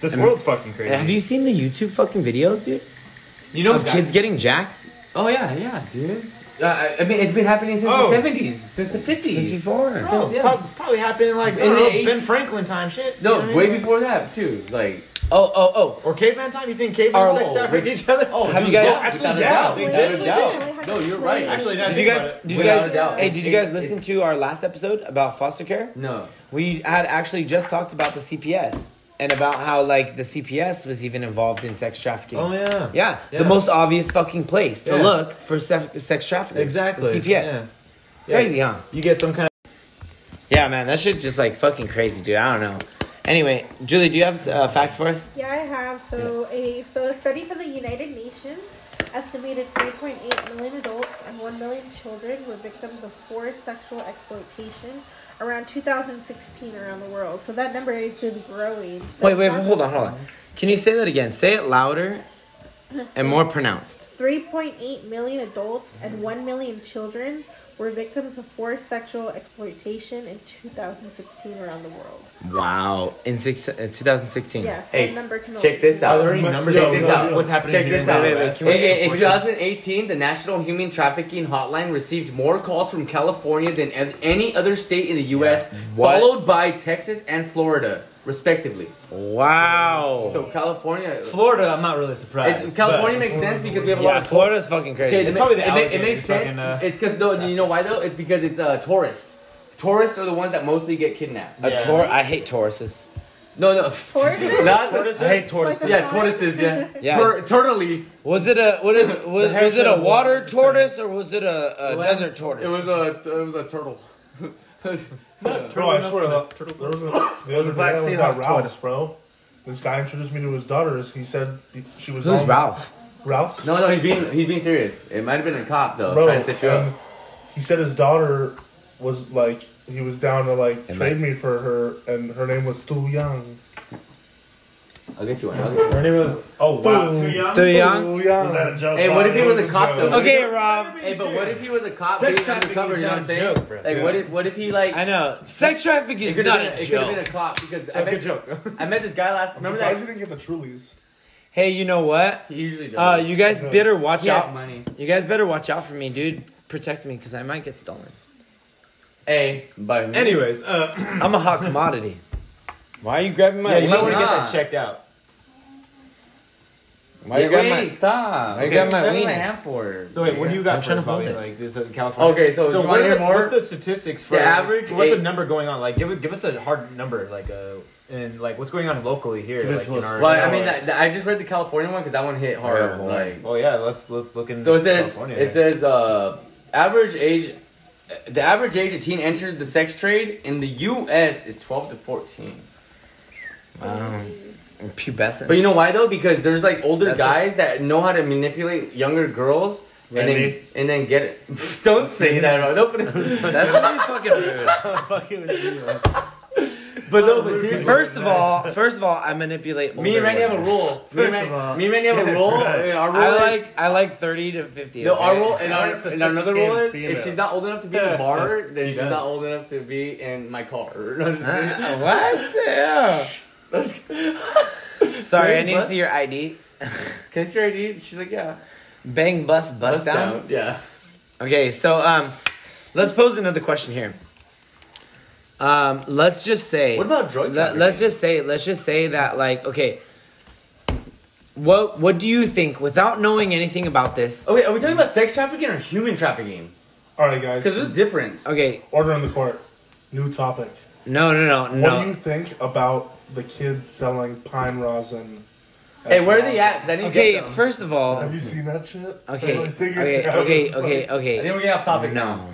Speaker 5: This
Speaker 1: I mean-
Speaker 5: world's fucking crazy.
Speaker 1: Have you seen the YouTube fucking videos, dude?
Speaker 4: You know,
Speaker 1: of
Speaker 4: guys-
Speaker 1: kids getting jacked
Speaker 6: Oh, yeah, yeah, dude. Uh, I, I mean, it's been happening since
Speaker 5: Oh.
Speaker 6: the 70s, since the 50s.
Speaker 1: since before.
Speaker 5: Oh,
Speaker 6: Yeah.
Speaker 5: prob- probably happened in like I
Speaker 6: In
Speaker 5: don't
Speaker 6: the
Speaker 5: know,
Speaker 6: eight-
Speaker 5: Ben Franklin time shit. You know what I
Speaker 6: No, way
Speaker 5: mean?
Speaker 6: before that, too. Like,
Speaker 1: Oh, oh, oh.
Speaker 5: Or caveman time? You think caveman
Speaker 6: Or-
Speaker 5: sex
Speaker 6: oh,
Speaker 5: trafficked each other?
Speaker 6: oh,
Speaker 1: Have
Speaker 6: dude,
Speaker 1: you guys-
Speaker 6: yeah,
Speaker 5: Actually,
Speaker 6: without a
Speaker 5: yeah,
Speaker 6: doubt,
Speaker 5: they
Speaker 6: without
Speaker 2: did.
Speaker 6: a
Speaker 2: They
Speaker 6: doubt.
Speaker 2: did.
Speaker 6: No, you're right.
Speaker 5: Actually, now I
Speaker 1: Did you
Speaker 5: think
Speaker 1: guys?
Speaker 5: about it.
Speaker 1: Did you
Speaker 6: Without a
Speaker 1: guys?
Speaker 6: doubt.
Speaker 1: Hey, did you
Speaker 6: It-
Speaker 1: guys
Speaker 6: it-
Speaker 1: listen to our last episode about foster care?
Speaker 6: No.
Speaker 1: We had actually just talked about the CPS and about how like the CPS was even involved in sex trafficking.
Speaker 5: Oh yeah.
Speaker 1: Yeah, the
Speaker 5: Yeah.
Speaker 1: most obvious fucking place to
Speaker 5: Yeah.
Speaker 1: look for sef- sex traffickers.
Speaker 5: Exactly.
Speaker 1: The CPS.
Speaker 5: Yeah.
Speaker 1: Crazy, huh?
Speaker 5: You get some kind of
Speaker 1: Yeah, man, that shit's just like fucking crazy, dude. I don't know. Anyway, Julie, do you have uh, facts for us?
Speaker 2: Yeah, I have. So a so a study from the United Nations estimated 3.8 million adults and 1 million children were victims of forced sexual exploitation around 2016 around the world. So that number is just growing. So
Speaker 1: Wait, wait, hold on, hold on. Can you say that again? Say it louder and more pronounced.
Speaker 2: 3.8 million adults and 1 million children were victims of forced sexual exploitation in 2016 around the world.
Speaker 1: Wow. In six, uh, 2016.
Speaker 2: Yes,
Speaker 6: Hey,
Speaker 2: that number can
Speaker 6: check this out.
Speaker 5: Are there any
Speaker 3: But-
Speaker 5: numbers
Speaker 3: yo,
Speaker 5: on
Speaker 6: yo,
Speaker 5: what's-
Speaker 6: yo.
Speaker 5: what's happening
Speaker 6: Check
Speaker 5: here
Speaker 6: this
Speaker 5: in
Speaker 6: out.
Speaker 5: the
Speaker 1: Wait, wait,
Speaker 5: US?
Speaker 1: can
Speaker 6: In, in- in 2018, the National Human Trafficking Hotline received more calls from California than ev- any other state in the U.S.,
Speaker 1: What?
Speaker 6: followed by Texas and Florida, respectively.
Speaker 1: Wow.
Speaker 6: So California,
Speaker 5: Oh. Florida, I'm not really surprised.
Speaker 6: it's- California
Speaker 5: but-
Speaker 6: makes sense because we have a lot
Speaker 1: yeah,
Speaker 6: of
Speaker 1: Florida's fucking crazy.
Speaker 6: Okay,
Speaker 5: It's
Speaker 6: it, ma-
Speaker 5: probably the
Speaker 6: it, ma- it
Speaker 5: alligators
Speaker 6: makes sense.
Speaker 5: fucking, uh,
Speaker 6: it's because no, you know why though? It's because it's uh, tourists. Tourists are the ones that mostly get kidnapped.
Speaker 1: a
Speaker 5: Yeah.
Speaker 1: tor- I hate Tauruses.
Speaker 6: No, no,
Speaker 2: Tortoises?
Speaker 6: Not
Speaker 5: Tortoises?
Speaker 6: I hate tortoises.
Speaker 2: Like the
Speaker 6: yeah,
Speaker 2: flies?
Speaker 6: tortoises. Yeah,
Speaker 1: Yeah.
Speaker 6: Tur- turtily.
Speaker 1: Was it a what is was,
Speaker 5: hair
Speaker 1: was it a
Speaker 5: should've
Speaker 1: water
Speaker 5: worn the
Speaker 1: tortoise or was it a, a
Speaker 5: Well,
Speaker 1: desert tortoise?
Speaker 6: It was a it was a turtle.
Speaker 3: No, I swear that there was a, the other
Speaker 7: Black
Speaker 3: day I was
Speaker 7: Seahawk
Speaker 3: at Ralph's, bro. This guy introduced me to his daughters. He said he- she was
Speaker 1: Who's
Speaker 3: on-
Speaker 1: Ralph?
Speaker 3: Ralph's,
Speaker 6: No, no, he's being he's being serious. It might have been a cop though,
Speaker 3: bro.
Speaker 6: trying to set you
Speaker 3: and
Speaker 6: up.
Speaker 3: He said his daughter was like he was down to like
Speaker 1: And
Speaker 3: trade me for her, and her name was Tu Young.
Speaker 6: I'll get you one. I'll get you one.
Speaker 5: Her name was oh wow.
Speaker 3: Dude.
Speaker 5: Too young?
Speaker 1: Too
Speaker 5: Was
Speaker 1: young.
Speaker 3: Tu Young.
Speaker 7: that a joke?
Speaker 6: Hey, what if he was a cop
Speaker 7: joke.
Speaker 6: though?
Speaker 1: Okay, Rob.
Speaker 6: Hey, but what if he was a cop?
Speaker 5: Sex
Speaker 6: he was
Speaker 5: trafficking
Speaker 6: undercover,
Speaker 5: is
Speaker 6: you know
Speaker 5: not
Speaker 6: what I'm
Speaker 5: a
Speaker 6: saying?
Speaker 5: joke, bro.
Speaker 6: Like,
Speaker 3: Yeah.
Speaker 6: what if what if he like?
Speaker 1: I know. Sex trafficking
Speaker 6: It
Speaker 1: is
Speaker 6: could
Speaker 1: not
Speaker 6: have been,
Speaker 1: a
Speaker 6: it could have been a
Speaker 1: joke.
Speaker 6: cop because I
Speaker 5: A good
Speaker 6: met,
Speaker 5: joke.
Speaker 6: I met this guy last.
Speaker 3: I'm
Speaker 6: Remember
Speaker 3: surprised you
Speaker 6: that?
Speaker 3: didn't get the Trulies.
Speaker 1: Hey, you know what?
Speaker 6: He usually
Speaker 1: Uh,
Speaker 6: does.
Speaker 1: you guys
Speaker 3: Yes.
Speaker 1: better watch
Speaker 6: He has
Speaker 1: out.
Speaker 6: money.
Speaker 1: You guys better watch out for me, dude. Protect me, cause I might get stolen.
Speaker 6: Hey, by who?
Speaker 5: Anyways, uh,
Speaker 1: I'm a hot commodity. Why are you grabbing my?
Speaker 5: yeah, you might want to
Speaker 1: wiener?
Speaker 5: get that
Speaker 6: not?
Speaker 5: checked out.
Speaker 1: Why you grabbing my?
Speaker 6: stop.
Speaker 1: Why you grabbing my
Speaker 6: That's what I
Speaker 1: wieners?
Speaker 6: am for.
Speaker 5: So wait, what do you got?
Speaker 1: I'm
Speaker 5: for
Speaker 1: trying to
Speaker 5: us, Bobby?
Speaker 1: hold it.
Speaker 5: Like this, uh, California.
Speaker 6: Okay, so do you
Speaker 5: what
Speaker 6: wanna
Speaker 5: are
Speaker 6: hear
Speaker 5: the-
Speaker 6: more?
Speaker 5: What's the statistics for
Speaker 6: The average
Speaker 5: What's
Speaker 6: eight-
Speaker 5: the number going on? Like, give it- give us a hard number, like a and like what's going on locally here, like in our.
Speaker 6: Well, I mean, that, that- I just read the California one because that one hit hard.
Speaker 1: Yeah, well,
Speaker 6: like,
Speaker 5: oh yeah, let's let's look in.
Speaker 6: so it says
Speaker 5: California.
Speaker 6: it says uh, average age. The average age a teen enters the sex trade in the U.S. is 12 to 14.
Speaker 1: Wow. Um, Pubescent.
Speaker 6: But you know why though? Because there's like older
Speaker 1: That's
Speaker 6: guys that know how to manipulate younger girls and then
Speaker 8: Randy?
Speaker 6: and then get it. Don't say that, bro. Don't put it.
Speaker 1: that's really fucking rude.
Speaker 6: But no, but seriously.
Speaker 1: First of all, first of all, I manipulate.
Speaker 6: me
Speaker 1: older
Speaker 6: and Randy have a
Speaker 1: women.
Speaker 6: rule. Me and,
Speaker 5: First
Speaker 6: Ran-
Speaker 5: of all,
Speaker 6: me and Randy have a rule. and Our rule
Speaker 1: I
Speaker 6: is-
Speaker 1: like I like thirty to fifty.
Speaker 6: No, our
Speaker 1: okay?
Speaker 6: rule and, our, and another rule is if she's not old enough to be in the
Speaker 5: Yeah,
Speaker 6: bar,
Speaker 5: that's-
Speaker 6: then
Speaker 5: he
Speaker 6: she's
Speaker 5: does.
Speaker 6: not old enough to be in my car.
Speaker 1: Uh, what? Yeah. Sorry, I need to see your ID.
Speaker 6: Can I see your ID? She's like, yeah.
Speaker 1: Bang bus bus,
Speaker 6: Bust
Speaker 1: down.
Speaker 6: Yeah.
Speaker 1: Okay, so um, let's pose another question here. Um, let's just say.
Speaker 6: What about drug
Speaker 1: Let, let's just say let's just say that like okay. What what do you think without knowing anything about this?
Speaker 6: Okay, are we talking about sex trafficking or human trafficking?
Speaker 3: All right, guys.
Speaker 6: Because there's a difference.
Speaker 1: Okay,
Speaker 3: Order on the court. New topic.
Speaker 1: no no no
Speaker 3: What do
Speaker 1: no.
Speaker 3: you think about the kids selling pine rosin?
Speaker 6: Hey, where are they at? 'Cause I need to
Speaker 1: Okay,
Speaker 6: get them.
Speaker 1: first of all,
Speaker 3: Have you seen that shit?
Speaker 1: okay,
Speaker 3: Like, take it
Speaker 1: okay,
Speaker 3: down.
Speaker 1: okay,
Speaker 3: It's like-
Speaker 1: okay,
Speaker 6: I think
Speaker 1: okay,
Speaker 6: we're getting off topic now.
Speaker 1: no,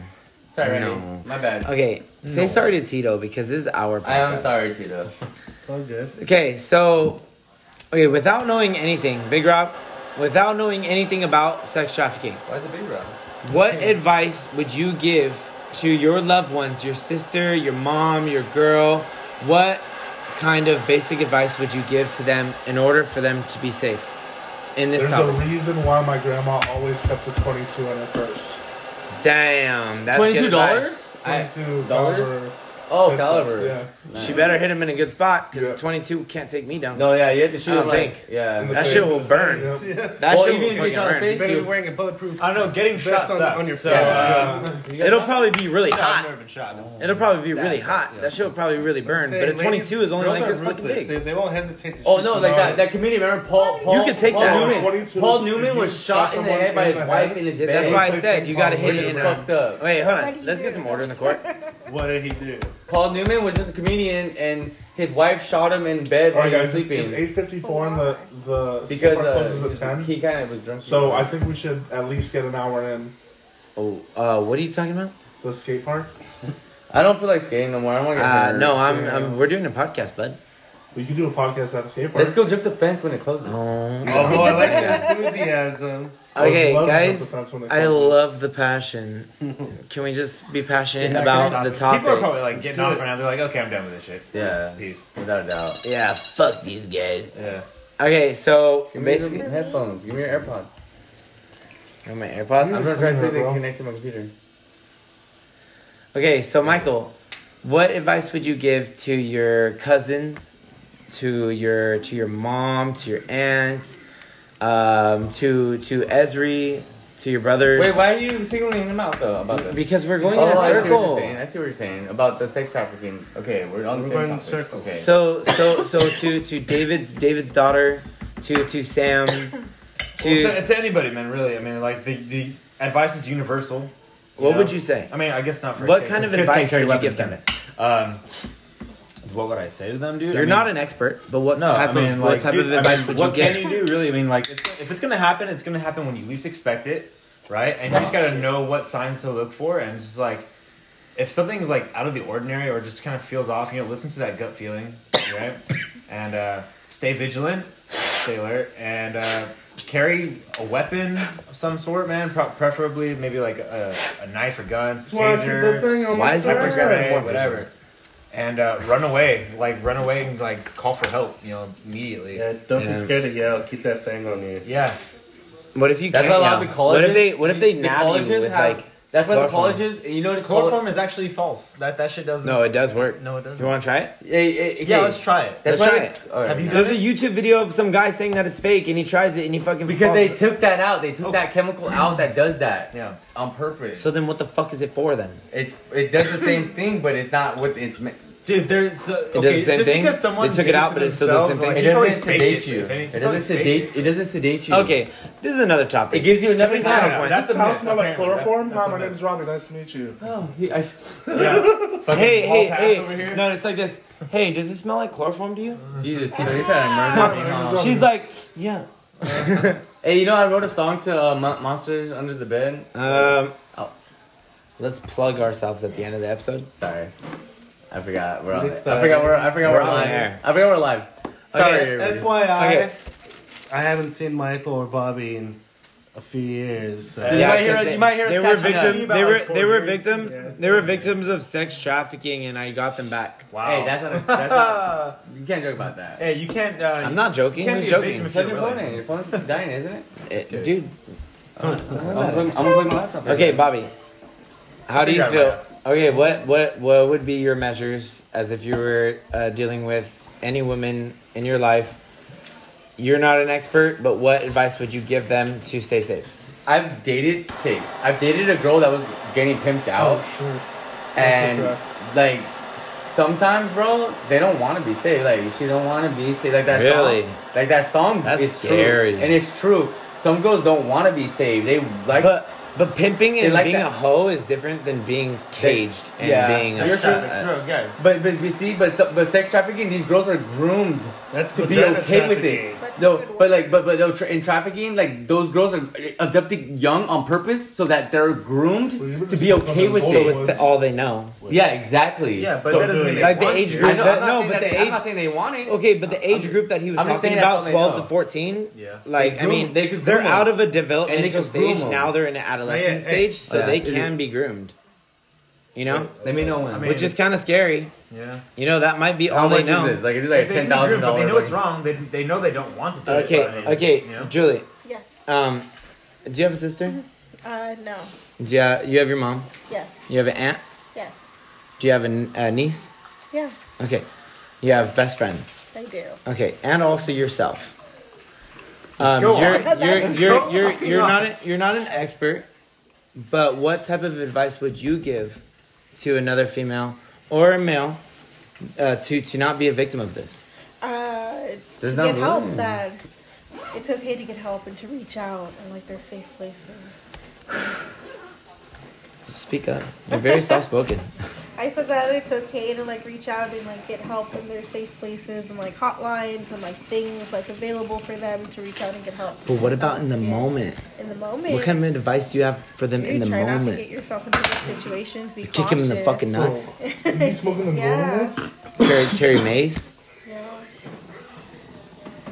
Speaker 6: Sorry, Randy.
Speaker 1: No.
Speaker 6: My bad.
Speaker 1: okay. Say sorry to Tito because this is our. Podcast.
Speaker 6: I am sorry, Tito.
Speaker 1: Okay, so okay, without knowing anything, Big Rob, without knowing anything about sex trafficking,
Speaker 6: Why is it big, bro?
Speaker 1: what advice would you give to your loved ones, your sister, your mom, your girl? What kind of basic advice would you give to them in order for them to be safe in this
Speaker 3: There's
Speaker 1: topic?
Speaker 3: a reason why my grandma always kept the 22 in her purse.
Speaker 1: Damn, that's good
Speaker 6: Twenty-two
Speaker 1: advice.
Speaker 6: dollars.
Speaker 3: $22
Speaker 6: dollars?
Speaker 3: caliber
Speaker 6: Oh,
Speaker 3: pistol.
Speaker 6: caliber.
Speaker 3: Yeah.
Speaker 1: She better hit him in a good spot because
Speaker 3: Yeah.
Speaker 1: 22 can't take me down.
Speaker 6: No, yeah, you had to
Speaker 1: I
Speaker 6: shoot
Speaker 1: don't
Speaker 6: him like,
Speaker 1: think.
Speaker 3: In
Speaker 6: yeah.
Speaker 3: the
Speaker 1: that shit
Speaker 3: face.
Speaker 1: will burn.
Speaker 3: Yep.
Speaker 1: Oh, That
Speaker 6: Well,
Speaker 1: shot shit
Speaker 6: even
Speaker 1: will
Speaker 6: if you
Speaker 1: fucking
Speaker 6: get shot in the
Speaker 1: burn.
Speaker 6: face,
Speaker 7: Better be
Speaker 6: you-
Speaker 7: wearing a bulletproof.
Speaker 5: I don't know. Getting
Speaker 7: vest
Speaker 5: shot
Speaker 7: on-
Speaker 5: sucks.
Speaker 7: on your
Speaker 5: so,
Speaker 7: face.
Speaker 5: uh,
Speaker 7: You got
Speaker 1: It'll
Speaker 7: that?
Speaker 1: probably be really
Speaker 5: I've
Speaker 1: hot.
Speaker 5: never been shot. That's-
Speaker 1: It'll probably be
Speaker 5: Sad,
Speaker 1: really
Speaker 5: but,
Speaker 1: hot.
Speaker 5: yeah.
Speaker 1: That shit would probably really burn.
Speaker 7: Say,
Speaker 1: But a
Speaker 7: ladies-
Speaker 1: 22 is only
Speaker 7: girls
Speaker 1: like
Speaker 7: are
Speaker 1: this fucking
Speaker 7: ruthless.
Speaker 1: big.
Speaker 7: They, they won't hesitate to
Speaker 6: Oh
Speaker 7: shoot
Speaker 6: no,
Speaker 7: you.
Speaker 6: like that that comedian, remember Paul Paul
Speaker 1: You could take
Speaker 6: Paul
Speaker 1: that.
Speaker 6: Newman.
Speaker 3: 22
Speaker 6: Paul
Speaker 3: is-
Speaker 6: Newman
Speaker 3: if
Speaker 6: was
Speaker 3: you
Speaker 6: shot
Speaker 3: shot
Speaker 6: in the
Speaker 3: someone
Speaker 6: head by
Speaker 3: in
Speaker 6: his
Speaker 3: the
Speaker 6: wife
Speaker 3: head,
Speaker 6: and his dad.
Speaker 1: That's
Speaker 3: They
Speaker 1: why I
Speaker 3: play
Speaker 1: said
Speaker 3: ping
Speaker 1: you gotta
Speaker 3: pong,
Speaker 1: hit
Speaker 6: which
Speaker 1: it
Speaker 6: is
Speaker 1: in
Speaker 6: fucked
Speaker 1: a.
Speaker 6: up.
Speaker 1: Wait, hold
Speaker 2: What
Speaker 1: on.
Speaker 2: do
Speaker 1: Let's
Speaker 2: you
Speaker 1: get some
Speaker 2: do?
Speaker 1: order in the court.
Speaker 8: What did he do?
Speaker 6: Paul Newman was just a comedian and his wife shot him in bed
Speaker 3: All
Speaker 6: while
Speaker 3: right,
Speaker 6: he was
Speaker 3: guys. It's,
Speaker 6: sleeping
Speaker 3: it's 8:54 and the the
Speaker 6: because
Speaker 3: skate park closes
Speaker 6: uh,
Speaker 3: at 10.
Speaker 6: he kind of was drunk.
Speaker 3: So I think we should at least get an hour in
Speaker 1: Oh, uh, what are you talking about?
Speaker 3: the skate park.
Speaker 6: I don't feel like skating no more. I want to get
Speaker 1: Uh,
Speaker 6: hurt.
Speaker 1: no, I'm, I'm. We're doing a podcast, bud.
Speaker 3: We could do a podcast at the skate park.
Speaker 6: Let's go jump the fence when it closes.
Speaker 7: Oh, boy, I like the enthusiasm.
Speaker 3: I
Speaker 1: Okay,
Speaker 3: love
Speaker 1: guys.
Speaker 3: episodes when it
Speaker 1: I
Speaker 3: comes.
Speaker 1: love the passion. Can we just be passionate about the
Speaker 5: People are
Speaker 1: topic?
Speaker 5: probably like getting off right now. They're like, okay, I'm done with this shit.
Speaker 6: Yeah,
Speaker 5: Peace.
Speaker 6: without a doubt.
Speaker 1: Yeah, fuck these guys.
Speaker 5: Yeah.
Speaker 1: Okay, so
Speaker 6: Give me
Speaker 1: basically,
Speaker 6: your headphones. Give me your AirPods.
Speaker 1: Oh, my
Speaker 6: I'm
Speaker 1: AirPods.
Speaker 6: gonna try to see if they
Speaker 3: Bro.
Speaker 6: connect to my computer.
Speaker 1: Okay, so Michael, what advice would you give to your cousins, to your to your mom, to your aunt, um, to to Esri, to your brothers?
Speaker 6: Wait, why are you singling him out though about this?
Speaker 1: Because we're going
Speaker 6: oh,
Speaker 1: in a
Speaker 6: I see what you're saying.
Speaker 1: circle.
Speaker 6: I see what you're saying about the sex trafficking. Okay, we're on the same
Speaker 7: We're going in
Speaker 6: topic.
Speaker 7: circles.
Speaker 6: Okay.
Speaker 1: So so so to to David's David's daughter, to to Sam,
Speaker 5: Well,
Speaker 1: to
Speaker 5: to, to anybody, man, really. I mean, like the, the advice is universal.
Speaker 1: what
Speaker 5: know?
Speaker 1: would you say?
Speaker 5: I mean, I guess not for
Speaker 1: What
Speaker 5: kids.
Speaker 1: kind of
Speaker 5: Kids can't
Speaker 1: advice
Speaker 5: carry
Speaker 1: would you give them?
Speaker 5: weapons, can they? Um, what would I say to them, dude?
Speaker 1: You're not an expert, but what
Speaker 5: no.
Speaker 1: type
Speaker 5: I mean,
Speaker 1: of
Speaker 5: like,
Speaker 1: what type
Speaker 5: dude,
Speaker 1: of
Speaker 5: I
Speaker 1: advice
Speaker 5: mean,
Speaker 1: would
Speaker 5: what
Speaker 1: you give?
Speaker 5: can you do, really? I mean, like, it's, if it's gonna happen, it's gonna happen when you least expect it, right? And you just gotta know what signs to look for, and it's just like, if something's like out of the ordinary or just kind of feels off, you know, listen to that gut feeling, right? And uh, stay vigilant, stay alert, and uh, carry a weapon of some sort, man. Pro- preferably maybe like a, a knife or guns,
Speaker 3: That's why I keep that
Speaker 5: taser,
Speaker 3: thing on my
Speaker 1: Why is that
Speaker 3: side.
Speaker 1: person having more
Speaker 5: whatever. And uh, run away, like run away and like call for help, you know, immediately.
Speaker 7: Yeah, don't
Speaker 1: Yeah.
Speaker 7: be scared to yell. Keep that thing on you.
Speaker 5: Yeah.
Speaker 1: What if you
Speaker 6: That's
Speaker 1: can't?
Speaker 6: why a lot
Speaker 1: yell?
Speaker 6: of the colleges.
Speaker 1: what if they what if they
Speaker 6: the
Speaker 1: nab you
Speaker 6: colleges
Speaker 1: with
Speaker 6: have-
Speaker 1: like?
Speaker 6: That's why the
Speaker 1: chloroform?
Speaker 6: colleges. You notice
Speaker 5: Chloroform is actually false. That that shit doesn't.
Speaker 1: No, it does work.
Speaker 5: No, it
Speaker 1: Do
Speaker 5: doesn't.
Speaker 1: you want to try it?
Speaker 6: Yeah, yeah,
Speaker 5: yeah, let's try it.
Speaker 1: Let's try it.
Speaker 5: Have you
Speaker 1: There's a YouTube video of some guy saying that it's fake, and he tries it, and he fucking
Speaker 6: Because
Speaker 1: falls.
Speaker 6: they took that out. They took
Speaker 5: Oh.
Speaker 6: that chemical out that does that.
Speaker 5: Yeah.
Speaker 6: On purpose.
Speaker 1: so then, what the fuck is it for then?
Speaker 6: It's it does the same thing, but it's not what it's. meant.
Speaker 5: Dude, there's uh,
Speaker 1: does
Speaker 5: okay.
Speaker 1: the same
Speaker 5: just
Speaker 1: thing?
Speaker 5: because someone
Speaker 1: They took it
Speaker 5: did
Speaker 1: out,
Speaker 5: to
Speaker 1: but it still does the
Speaker 5: themselves,
Speaker 1: same
Speaker 5: like,
Speaker 1: thing.
Speaker 6: It
Speaker 5: he probably
Speaker 6: doesn't
Speaker 5: faked
Speaker 6: sedate
Speaker 5: it,
Speaker 6: you.
Speaker 5: if anything.
Speaker 6: It
Speaker 5: He probably
Speaker 6: doesn't sedate.
Speaker 5: faked
Speaker 6: It doesn't sedate you.
Speaker 1: Okay, this is another
Speaker 6: It
Speaker 1: topic.
Speaker 6: gives you another
Speaker 1: Tell me
Speaker 6: side
Speaker 1: that.
Speaker 6: point.
Speaker 5: That's
Speaker 3: Does
Speaker 5: a
Speaker 3: this house
Speaker 5: myth,
Speaker 3: smell like
Speaker 5: apparently. That's-
Speaker 3: chloroform?
Speaker 5: that's
Speaker 3: Hi,
Speaker 5: a
Speaker 3: my
Speaker 5: myth.
Speaker 3: name's Robbie. Nice to meet you.
Speaker 6: Oh, he, I,
Speaker 5: Yeah. Fucking
Speaker 1: Hey,
Speaker 5: hall
Speaker 1: hey,
Speaker 5: pass over
Speaker 1: hey.
Speaker 5: here.
Speaker 1: No, it's like this. Hey, does it smell like chloroform to you?
Speaker 6: Jesus, Tito, you're trying to murder me. huh?
Speaker 1: She's like, yeah.
Speaker 6: Hey, you know I wrote a song to uh, Mon- Monsters Under the Bed.
Speaker 1: Um,
Speaker 6: Oh.
Speaker 1: let's plug ourselves at the end of the episode.
Speaker 6: Sorry, I forgot. We're on.
Speaker 7: It's,
Speaker 6: I
Speaker 7: uh,
Speaker 6: forgot we're. I forgot
Speaker 1: we're
Speaker 6: we're,
Speaker 1: on
Speaker 6: live.
Speaker 1: air.
Speaker 6: I forgot we're live. Sorry.
Speaker 7: Okay,
Speaker 6: everybody.
Speaker 7: FYI,
Speaker 1: Okay.
Speaker 7: I haven't seen Michael or Bobby in a few years. so-
Speaker 6: See, You might hear-
Speaker 1: 'cause
Speaker 6: you might hear us
Speaker 1: they were
Speaker 6: catching up.
Speaker 1: victim, They
Speaker 5: About
Speaker 1: were
Speaker 5: like four
Speaker 1: they were
Speaker 5: years.
Speaker 1: victims.
Speaker 5: Yeah.
Speaker 1: They were victims of sex trafficking, and I got them back.
Speaker 5: Wow.
Speaker 6: Hey, that's not. A, that's not
Speaker 5: Ah.
Speaker 6: you can't joke about that.
Speaker 5: Hey, you can't. Uh,
Speaker 1: I'm not joking.
Speaker 5: You can't
Speaker 1: Who's
Speaker 5: be a
Speaker 1: joking?
Speaker 5: victim if
Speaker 6: Plug
Speaker 5: you're
Speaker 6: your phone in. Your
Speaker 5: willing.
Speaker 6: phone's dying, isn't it?
Speaker 1: Eh,
Speaker 5: kidding.
Speaker 1: dude.
Speaker 6: I'm gonna, plug, I'm gonna plug my laptop. in.
Speaker 1: Okay, Bobby. How do you
Speaker 5: Figure out my
Speaker 1: feel?
Speaker 5: ass.
Speaker 1: Okay, what what what would be your measures as if you were uh, dealing with any woman in your life? You're not an expert, but what advice would you give them to stay safe?
Speaker 6: I've dated. Okay, I've dated a girl that was getting pimped out,
Speaker 3: sure.
Speaker 6: and
Speaker 3: That's
Speaker 6: like sometimes, bro, they don't want to be saved. Like she don't want to be saved. Like that
Speaker 1: Really?
Speaker 6: song. Like that song.
Speaker 1: That's
Speaker 6: is
Speaker 1: scary.
Speaker 6: True. And it's true. Some girls don't want to be saved. They like.
Speaker 1: But but pimping and
Speaker 6: like
Speaker 1: being
Speaker 6: that-
Speaker 1: a hoe is different than being caged and
Speaker 6: Yeah.
Speaker 1: being.
Speaker 6: So
Speaker 1: a-
Speaker 6: you're
Speaker 5: Sex
Speaker 1: uh,
Speaker 5: traffic, drug, guys.
Speaker 6: But but you see, but so- but sex trafficking, these girls are groomed
Speaker 7: That's
Speaker 6: to be
Speaker 7: vagina
Speaker 6: okay with it.
Speaker 7: trafficking.
Speaker 2: That's a
Speaker 6: No,
Speaker 2: good
Speaker 6: but
Speaker 2: one.
Speaker 6: like, but but no, tra- in trafficking, like those girls are adopted young on purpose so that they're groomed
Speaker 3: Well, you
Speaker 6: to
Speaker 3: just
Speaker 6: be okay
Speaker 3: fucking
Speaker 6: with
Speaker 3: told
Speaker 1: so
Speaker 6: it.
Speaker 1: it's the, all they know.
Speaker 6: Yeah, exactly.
Speaker 5: Yeah, but
Speaker 6: So-
Speaker 5: that doesn't mean they
Speaker 1: Like the
Speaker 5: want
Speaker 1: age
Speaker 5: to.
Speaker 1: group.
Speaker 6: I know,
Speaker 1: that-
Speaker 6: I'm not
Speaker 1: no,
Speaker 6: saying
Speaker 1: but
Speaker 6: that-
Speaker 1: the
Speaker 6: I'm
Speaker 1: age-
Speaker 6: not saying they want it.
Speaker 1: Okay, but the age group that he was
Speaker 6: I'm just
Speaker 1: talking
Speaker 6: saying that's all
Speaker 1: about,
Speaker 6: they
Speaker 1: twelve to
Speaker 6: know.
Speaker 1: fourteen.
Speaker 5: Yeah.
Speaker 1: Like I
Speaker 6: groom-
Speaker 1: mean,
Speaker 6: they
Speaker 1: they
Speaker 6: could
Speaker 1: are
Speaker 6: groom 'em.
Speaker 1: out of a
Speaker 6: And they
Speaker 1: developmental
Speaker 6: could groom
Speaker 1: stage
Speaker 6: 'em.
Speaker 1: now; they're in an adolescent
Speaker 5: Yeah, yeah, yeah.
Speaker 1: stage, so
Speaker 6: Yeah.
Speaker 1: they can be groomed. You know,
Speaker 6: Let me know when.
Speaker 5: I mean,
Speaker 1: which is kind of scary.
Speaker 5: Yeah.
Speaker 1: You know, that might be
Speaker 6: how
Speaker 1: all they
Speaker 6: much
Speaker 1: know.
Speaker 6: is this? Like it's like
Speaker 5: They- they
Speaker 6: ten
Speaker 5: can be
Speaker 6: thousand
Speaker 5: rude, But
Speaker 6: dollars.
Speaker 5: they know it's wrong. They, they know they don't want to do it.
Speaker 1: Okay,
Speaker 5: but I mean,
Speaker 1: okay,
Speaker 5: you know.
Speaker 1: Julie.
Speaker 2: Yes.
Speaker 1: Um, do you have a sister?
Speaker 2: Uh, no.
Speaker 1: Do you have, you have your mom?
Speaker 2: Yes.
Speaker 1: You have an aunt?
Speaker 2: Yes.
Speaker 1: Do you have an, a niece?
Speaker 2: Yeah,
Speaker 1: Okay, you have best friends.
Speaker 2: they do.
Speaker 1: Okay, and also yourself. Um,
Speaker 5: Go
Speaker 1: you're,
Speaker 5: on.
Speaker 1: you're you're you're
Speaker 5: fucking
Speaker 1: you're
Speaker 5: on.
Speaker 1: not an, you're not an expert, but what type of advice would you give to another female or a male uh, to to not be a victim of this?
Speaker 2: Uh,
Speaker 6: There's
Speaker 2: to
Speaker 6: not
Speaker 2: get help
Speaker 6: room.
Speaker 2: that it's okay to get help and to reach out and like there's safe places.
Speaker 1: Speak up. You're very soft spoken.
Speaker 2: I said that it's okay to like reach out and like get help and there's safe places and like hotlines and like things like available for them to reach out and get help.
Speaker 1: But what about in the
Speaker 2: Yeah.
Speaker 1: moment?
Speaker 2: In the moment.
Speaker 1: What kind of advice do you have for them
Speaker 2: dude,
Speaker 1: in the
Speaker 2: try not to get
Speaker 1: moment?
Speaker 2: yourself into those situations. Be
Speaker 1: Kick him in the
Speaker 2: cautious.
Speaker 1: fucking nuts.
Speaker 3: You smoking the
Speaker 2: Yeah.
Speaker 3: yeah.
Speaker 1: Carry carry mace.
Speaker 2: Yeah.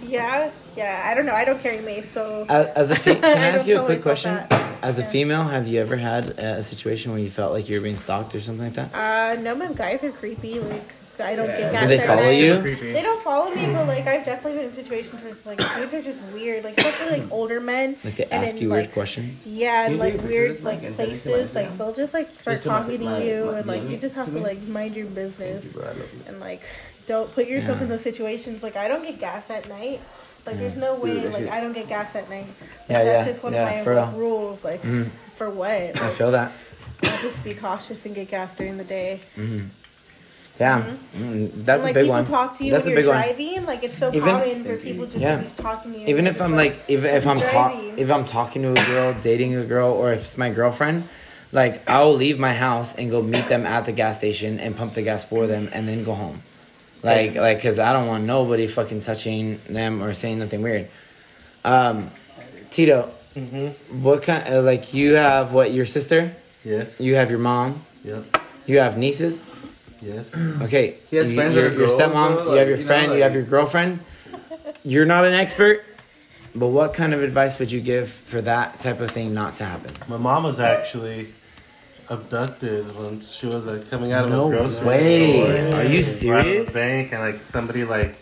Speaker 2: Yeah, yeah. I don't know. I don't carry mace, so
Speaker 1: As, as a fe- can I
Speaker 2: I
Speaker 1: ask
Speaker 2: don't
Speaker 1: you a
Speaker 2: tell
Speaker 1: quick question?
Speaker 2: myself that.
Speaker 1: As a
Speaker 2: Yeah.
Speaker 1: female, have you ever had a situation where you felt like you were being stalked or something like that?
Speaker 2: uh, no, my guys are creepy. Like I don't get
Speaker 1: Do
Speaker 2: that.
Speaker 1: they follow you?
Speaker 5: Creepy.
Speaker 2: They don't follow me, but like I've definitely been in situations where it's like dudes are just weird, like especially like older men.
Speaker 1: Like they
Speaker 2: and
Speaker 1: ask
Speaker 2: then,
Speaker 1: you weird
Speaker 2: like,
Speaker 1: questions.
Speaker 2: Yeah,
Speaker 6: Can
Speaker 2: and
Speaker 6: you
Speaker 2: like
Speaker 6: take a picture of
Speaker 2: weird
Speaker 6: this, Mike,
Speaker 2: like
Speaker 6: and send it to
Speaker 2: places,
Speaker 6: my
Speaker 2: like
Speaker 6: Instagram?
Speaker 2: they'll just like start
Speaker 6: to my-
Speaker 2: talking
Speaker 6: my-
Speaker 2: to you,
Speaker 6: my-
Speaker 2: and like
Speaker 6: my-
Speaker 2: you just have
Speaker 6: to
Speaker 2: to
Speaker 6: me?
Speaker 2: like mind your business and like don't put yourself in those situations. Like I don't get gas at night. Like there's no way.
Speaker 6: Dude, that
Speaker 2: like
Speaker 6: shit-
Speaker 2: I don't get gas at night.
Speaker 1: Yeah,
Speaker 2: Like, that's
Speaker 1: yeah,
Speaker 2: just one
Speaker 1: yeah,
Speaker 2: of
Speaker 1: for
Speaker 2: my like,
Speaker 1: real. Mm-hmm.
Speaker 2: rules. Like for what?
Speaker 1: I
Speaker 2: Like,
Speaker 1: feel that.
Speaker 2: I'll just be cautious and get gas during the day.
Speaker 1: Yeah, mm, that's a
Speaker 2: Mm-hmm. and, like,
Speaker 1: big
Speaker 2: people
Speaker 1: one.
Speaker 2: talk to you
Speaker 1: that's
Speaker 2: when
Speaker 1: a big
Speaker 2: you're
Speaker 1: one.
Speaker 2: driving. Like it's so
Speaker 1: Even-
Speaker 2: common for people just
Speaker 1: yeah.
Speaker 2: to be talking to you.
Speaker 1: Even
Speaker 2: and
Speaker 1: if
Speaker 2: it's
Speaker 1: I'm like, if if I'm ta-
Speaker 2: driving.
Speaker 1: if I'm talking to a girl, dating a girl, or if it's my girlfriend, like I'll leave my house and go meet them at the gas station and pump the gas for them and then go home. Like like, cause I don't want nobody fucking touching them or saying nothing weird. Um, Tito, what kind? Uh, like you have what your sister?
Speaker 7: Yeah.
Speaker 1: You have your mom.
Speaker 7: Yep.
Speaker 1: You have nieces.
Speaker 7: Yes.
Speaker 1: Okay.
Speaker 6: He has
Speaker 1: you-
Speaker 6: friends that
Speaker 1: your,
Speaker 6: are
Speaker 1: your
Speaker 6: girls,
Speaker 1: stepmom,
Speaker 6: though,
Speaker 1: you have
Speaker 6: like,
Speaker 1: your
Speaker 6: you know,
Speaker 1: friend, you
Speaker 6: like-
Speaker 1: have your girlfriend. You're not an expert, but what kind of advice would you give for that type of thing not to happen?
Speaker 7: My mom was actually abducted when she was like coming out of
Speaker 1: No
Speaker 7: a grocery
Speaker 1: way.
Speaker 7: store.
Speaker 1: Are you
Speaker 7: Out of
Speaker 1: serious?
Speaker 7: a bank and like somebody like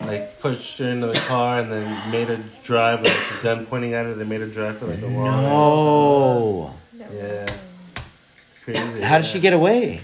Speaker 7: like pushed her into the car and then made her drive with like, a gun pointing at her. They made her drive for like a while.
Speaker 1: No.
Speaker 7: Yeah. It's Crazy.
Speaker 1: How did she
Speaker 7: yeah.
Speaker 1: get away?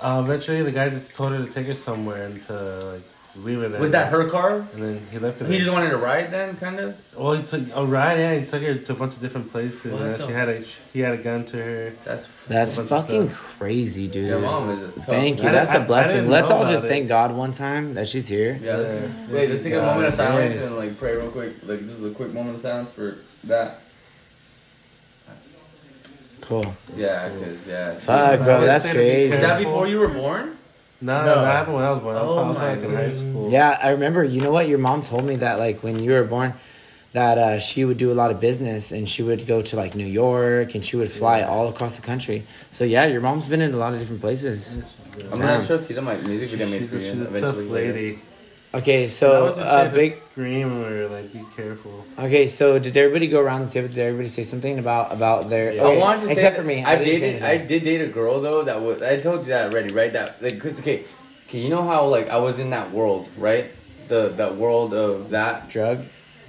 Speaker 7: Uh, eventually, the guy just told her to take her somewhere and to like leave it there.
Speaker 6: Was that her car?
Speaker 7: And then he left it.
Speaker 6: He
Speaker 7: there.
Speaker 6: just wanted to ride then, kind of.
Speaker 7: Well, he took a ride. Yeah, he took her to a bunch of different places.
Speaker 4: What
Speaker 7: and
Speaker 4: the-
Speaker 7: she had a he had a gun to her.
Speaker 6: That's
Speaker 1: That's
Speaker 7: Bunch of
Speaker 1: fucking
Speaker 7: stuff.
Speaker 1: crazy, dude.
Speaker 6: your mom is it?
Speaker 1: Thank you.
Speaker 7: I-
Speaker 1: That's
Speaker 7: I- I
Speaker 1: a
Speaker 7: didn't
Speaker 1: blessing. Let's
Speaker 7: know
Speaker 1: all
Speaker 7: about
Speaker 1: just
Speaker 7: it.
Speaker 1: thank God one time that she's here.
Speaker 6: Yeah. Let's,
Speaker 7: Yeah.
Speaker 6: Wait, let's take a moment of
Speaker 1: God.
Speaker 6: silence
Speaker 1: Serious.
Speaker 6: and like pray real quick. Like this is a quick moment of silence for that.
Speaker 1: Cool.
Speaker 6: Yeah, cause yeah.
Speaker 1: Fuck,
Speaker 7: Yeah.
Speaker 1: bro.
Speaker 7: Yeah.
Speaker 1: That's
Speaker 7: Yeah.
Speaker 1: crazy.
Speaker 6: Is that before you were born?
Speaker 7: No,
Speaker 6: No.
Speaker 7: no, that happened when I was born. I was
Speaker 6: Oh
Speaker 7: probably
Speaker 6: my
Speaker 7: like in high
Speaker 6: goodness.
Speaker 7: school.
Speaker 1: Yeah, I remember. You know what? Your mom told me that like when you were born, that uh, she would do a lot of business and she would go to like New York and she would fly all across the country. So yeah, your mom's been in a lot of different places.
Speaker 6: I'm gonna
Speaker 1: Yeah.
Speaker 6: show Tita my music video made
Speaker 7: She's,
Speaker 6: for
Speaker 7: a,
Speaker 6: you
Speaker 7: she's a tough
Speaker 6: eventually.
Speaker 7: lady.
Speaker 1: Okay,
Speaker 7: I
Speaker 1: so
Speaker 7: would just
Speaker 1: uh,
Speaker 7: say
Speaker 1: big.
Speaker 7: to scream or like be careful.
Speaker 1: Okay, so did everybody go around the table? Did everybody say something about about their?
Speaker 6: I
Speaker 1: okay,
Speaker 6: wanted to
Speaker 1: except
Speaker 6: say
Speaker 1: for me.
Speaker 6: I,
Speaker 1: didn't say
Speaker 6: dated. I
Speaker 1: anything.
Speaker 6: did date a girl though that was. I told you that already, right? That like, 'cause, okay, okay, you know how like I was in that world, right? The that world of that
Speaker 1: drug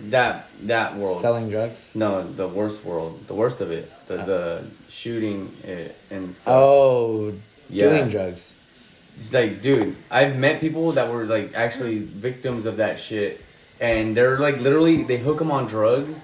Speaker 6: that that world.
Speaker 1: selling drugs.
Speaker 6: No, the worst world, the worst of it, the
Speaker 1: Uh.
Speaker 6: the shooting it and stuff.
Speaker 1: Oh,
Speaker 6: Yeah.
Speaker 1: doing drugs.
Speaker 6: It's like, dude, I've met people that were like actually victims of that shit, and they're like literally they hook them on drugs,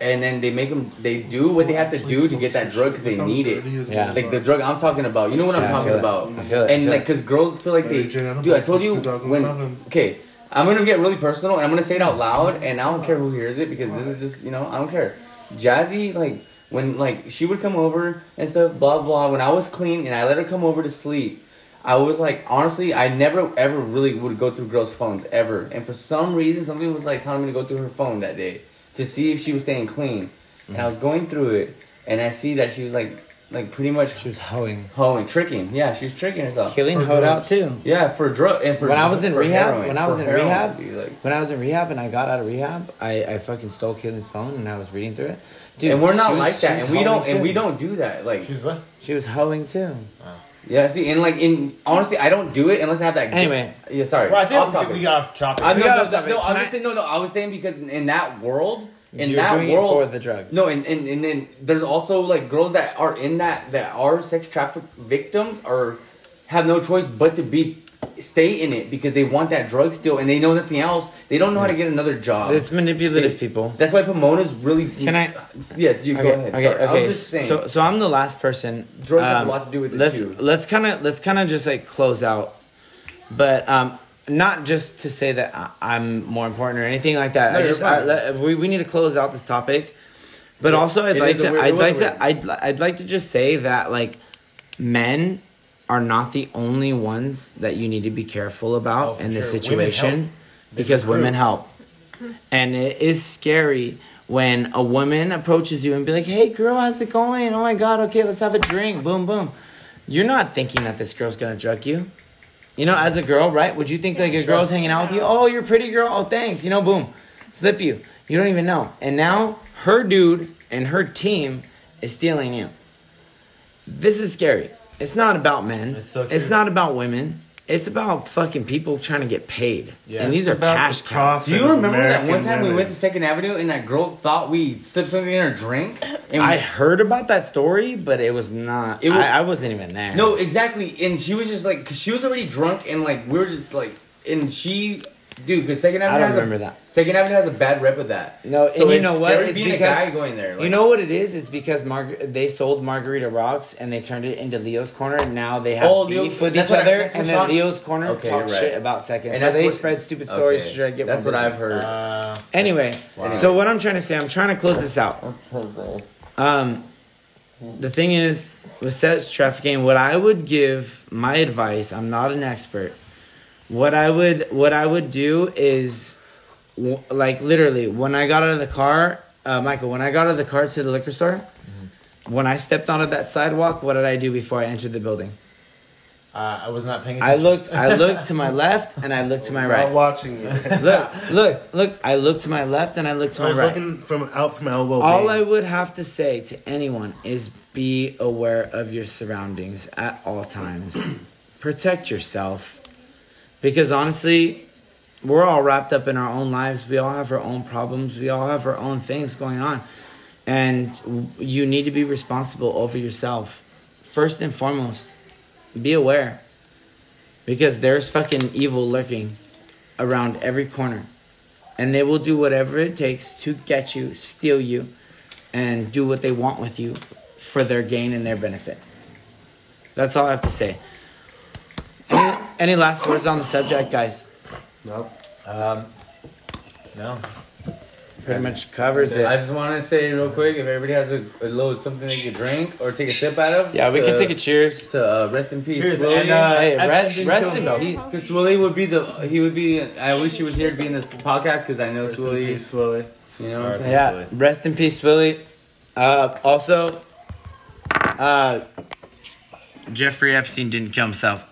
Speaker 6: and then they make them they do what they have to do to get that drug because they need it.
Speaker 1: Yeah.
Speaker 6: Like the drug I'm talking about, you know what
Speaker 1: Yeah,
Speaker 6: I'm
Speaker 1: I
Speaker 6: talking
Speaker 1: feel it.
Speaker 6: about.
Speaker 1: I feel it, I
Speaker 6: And
Speaker 1: feel
Speaker 6: like,
Speaker 1: it.
Speaker 6: cause girls feel like they,
Speaker 3: Mary Jane
Speaker 6: dude. I told you
Speaker 3: Adams since
Speaker 6: when.
Speaker 3: 2007.
Speaker 6: Okay, I'm gonna get really personal, and I'm gonna say it out loud, and I don't care who hears it because this is just you know I don't care. Jazzy like when like she would come over and stuff, blah blah. When I was clean and I let her come over to sleep, I was like honestly I never ever really would go through girls' phones ever. And for some reason, somebody was like telling me to go through her phone that day to see if she was staying clean, and I was going through it, and I see that she was like like pretty much
Speaker 1: She was hoeing,
Speaker 6: hoeing, tricking. Yeah, she was tricking herself.
Speaker 1: killing, hoed out too.
Speaker 6: Yeah, for drug and for
Speaker 1: When I was in
Speaker 6: for
Speaker 1: rehab-
Speaker 6: heroin,
Speaker 1: when I was
Speaker 6: for
Speaker 1: in
Speaker 6: heroin,
Speaker 1: rehab-
Speaker 6: dude, like,
Speaker 1: When I was in rehab and I got out of rehab, I, I fucking stole Kaylin's phone and I was reading through it. Dude,
Speaker 6: and we're
Speaker 1: she
Speaker 6: not
Speaker 1: was-
Speaker 6: like
Speaker 1: she
Speaker 6: that,
Speaker 1: was
Speaker 6: and we don't,
Speaker 1: hoeing,
Speaker 6: and we
Speaker 1: too.
Speaker 6: don't do that. Like,
Speaker 5: She's what?
Speaker 1: She was hoeing too.
Speaker 6: yeah, see, and like, in honestly, I don't do it unless I have that.
Speaker 1: Anyway,
Speaker 6: yeah, sorry,
Speaker 5: Bro, I think
Speaker 6: off topic.
Speaker 5: we got off topic.
Speaker 6: I, no,
Speaker 1: we got
Speaker 6: no,
Speaker 1: off
Speaker 6: no,
Speaker 1: topic.
Speaker 6: no, I was
Speaker 1: Can I-
Speaker 6: just saying, no, no, I was saying because in that world, in
Speaker 1: you're
Speaker 6: that
Speaker 1: doing
Speaker 6: world,
Speaker 1: it for the drug.
Speaker 6: No, and, and and then there's also like girls that are in that that are sex traffic victims or have no choice but to be stay in it because they want that drug still and they know nothing else. They don't know how to get another job.
Speaker 1: It's manipulative people.
Speaker 6: That's why Pomona's really.
Speaker 1: Can I-
Speaker 6: Yes, you go ahead.
Speaker 1: Okay,
Speaker 6: Sorry. I
Speaker 1: okay.
Speaker 6: was just saying.
Speaker 1: So, so I'm the last person. um,
Speaker 6: Drugs have a lot to do with it,
Speaker 1: let's,
Speaker 6: too.
Speaker 1: Let's kind of let's kind of just like close out, but um, not just to say that I- I'm more important or anything like that.
Speaker 6: No,
Speaker 1: I
Speaker 6: you're
Speaker 1: just I,
Speaker 6: fine.
Speaker 1: let, we we need to close out this topic, but
Speaker 6: Yeah.
Speaker 1: also I'd
Speaker 6: It
Speaker 1: like
Speaker 6: is a
Speaker 1: to
Speaker 6: weird- it
Speaker 1: I'd
Speaker 6: was a
Speaker 1: like
Speaker 6: weird-
Speaker 1: to I'd li- I'd like to just say that like men are not the only ones that you need to be careful about
Speaker 5: Oh, for
Speaker 1: in this
Speaker 5: sure. Women
Speaker 1: situation
Speaker 5: help.
Speaker 1: because women help. And it is scary when a woman approaches you and be like, "Hey, girl, how's it going? Oh my god, okay, let's have a drink." Boom, boom. You're not thinking that this girl's gonna drug you. You know, as a girl, right? Would you think like a girl's hanging out with you? Oh, you're a pretty girl. Oh, thanks. You know, boom, slip you. You don't even know. And now her dude and her team is stealing you. This is scary. It's not about men.
Speaker 5: It's so
Speaker 1: it's
Speaker 5: true.
Speaker 1: not about women. It's about fucking people trying to get paid.
Speaker 5: Yeah.
Speaker 1: and these are
Speaker 7: About
Speaker 1: cash
Speaker 7: the
Speaker 1: cows.
Speaker 7: cost
Speaker 6: do you
Speaker 7: of
Speaker 6: remember that one
Speaker 7: American
Speaker 6: time we went
Speaker 7: women.
Speaker 6: to Second Avenue and that girl thought we slipped something in her drink? And
Speaker 1: I heard about that story, but it was not.
Speaker 6: It was-
Speaker 1: I, I wasn't even there.
Speaker 6: No, exactly. And she was just like, cause she was already drunk, and like we were just like, and she, dude, cause Second Avenue.
Speaker 1: don't
Speaker 6: has
Speaker 1: remember
Speaker 6: a,
Speaker 1: that.
Speaker 6: Second Avenue has a bad rep of that.
Speaker 1: No,
Speaker 6: so
Speaker 1: and you
Speaker 6: it's
Speaker 1: know what?
Speaker 6: scary
Speaker 1: It's
Speaker 6: being a
Speaker 1: because-
Speaker 6: guy going there. Like,
Speaker 1: you know what it is? It's because Mar- they sold Margarita Rocks and they turned it into Leo's Corner. And now they have
Speaker 6: Oh, Leo-
Speaker 1: beef with each
Speaker 6: that's what I-
Speaker 1: other,
Speaker 6: that's what
Speaker 1: and then
Speaker 6: Sean-
Speaker 1: Leo's Corner
Speaker 6: Okay,
Speaker 1: talks
Speaker 6: right.
Speaker 1: shit about seconds.
Speaker 6: And
Speaker 1: so
Speaker 6: that's
Speaker 1: they
Speaker 6: what-
Speaker 1: spread stupid stories
Speaker 6: Okay.
Speaker 1: to try to get.
Speaker 6: That's
Speaker 1: more
Speaker 6: what I've
Speaker 1: business.
Speaker 6: heard.
Speaker 5: Uh,
Speaker 1: Anyway,
Speaker 6: Wow.
Speaker 1: so what I'm trying to say, I'm trying to close this out. Um, the thing is, with sex trafficking, what I would give my advice, I'm not an expert. What I would what I would do is, w- like literally, when I got out of the car, uh, Michael, when I got out of the car to the liquor store,
Speaker 7: Mm-hmm.
Speaker 1: when I stepped onto that sidewalk, what did I do before I entered the building?
Speaker 5: uh, I was not paying
Speaker 1: I
Speaker 5: attention.
Speaker 1: looked, I looked to my left and I looked to my
Speaker 7: Not
Speaker 1: right.
Speaker 7: watching you. I
Speaker 1: Look, look, look! I looked to my left and I looked to my
Speaker 7: was
Speaker 1: right.
Speaker 7: looking from out from elbow.
Speaker 1: All
Speaker 7: vein.
Speaker 1: I would have to say to anyone is be aware of your surroundings at all times. Protect yourself. Because honestly, we're all wrapped up in our own lives. We all have our own problems. We all have our own things going on. And w- you need to be responsible over yourself. First and foremost, be aware. Because there's fucking evil lurking. around every corner. And they will do whatever it takes to get you, steal you, and do what they want with you for their gain and their benefit. That's all I have to say. Any, any last words on the subject, guys?
Speaker 5: Nope. Um, no.
Speaker 1: Pretty much covers it.
Speaker 6: I just want to say real quick, if everybody has a, a load something they could drink or take a sip out of,
Speaker 1: yeah, we
Speaker 6: to-
Speaker 1: can take a cheers.
Speaker 6: to uh, rest in peace.
Speaker 5: Cheers,
Speaker 6: Swilly.
Speaker 5: and, uh,
Speaker 1: Hey,
Speaker 5: Epstein
Speaker 1: rest,
Speaker 5: didn't
Speaker 1: rest
Speaker 5: kill
Speaker 1: in
Speaker 5: himself.
Speaker 1: peace.
Speaker 6: Because Swilly would be the he would be. I wish he was here to be in this podcast because I know Swilly.
Speaker 7: slowly.
Speaker 6: You know what I'm saying?
Speaker 1: Yeah, rest in peace, Willie. Uh, also, uh, Jeffrey Epstein didn't kill himself.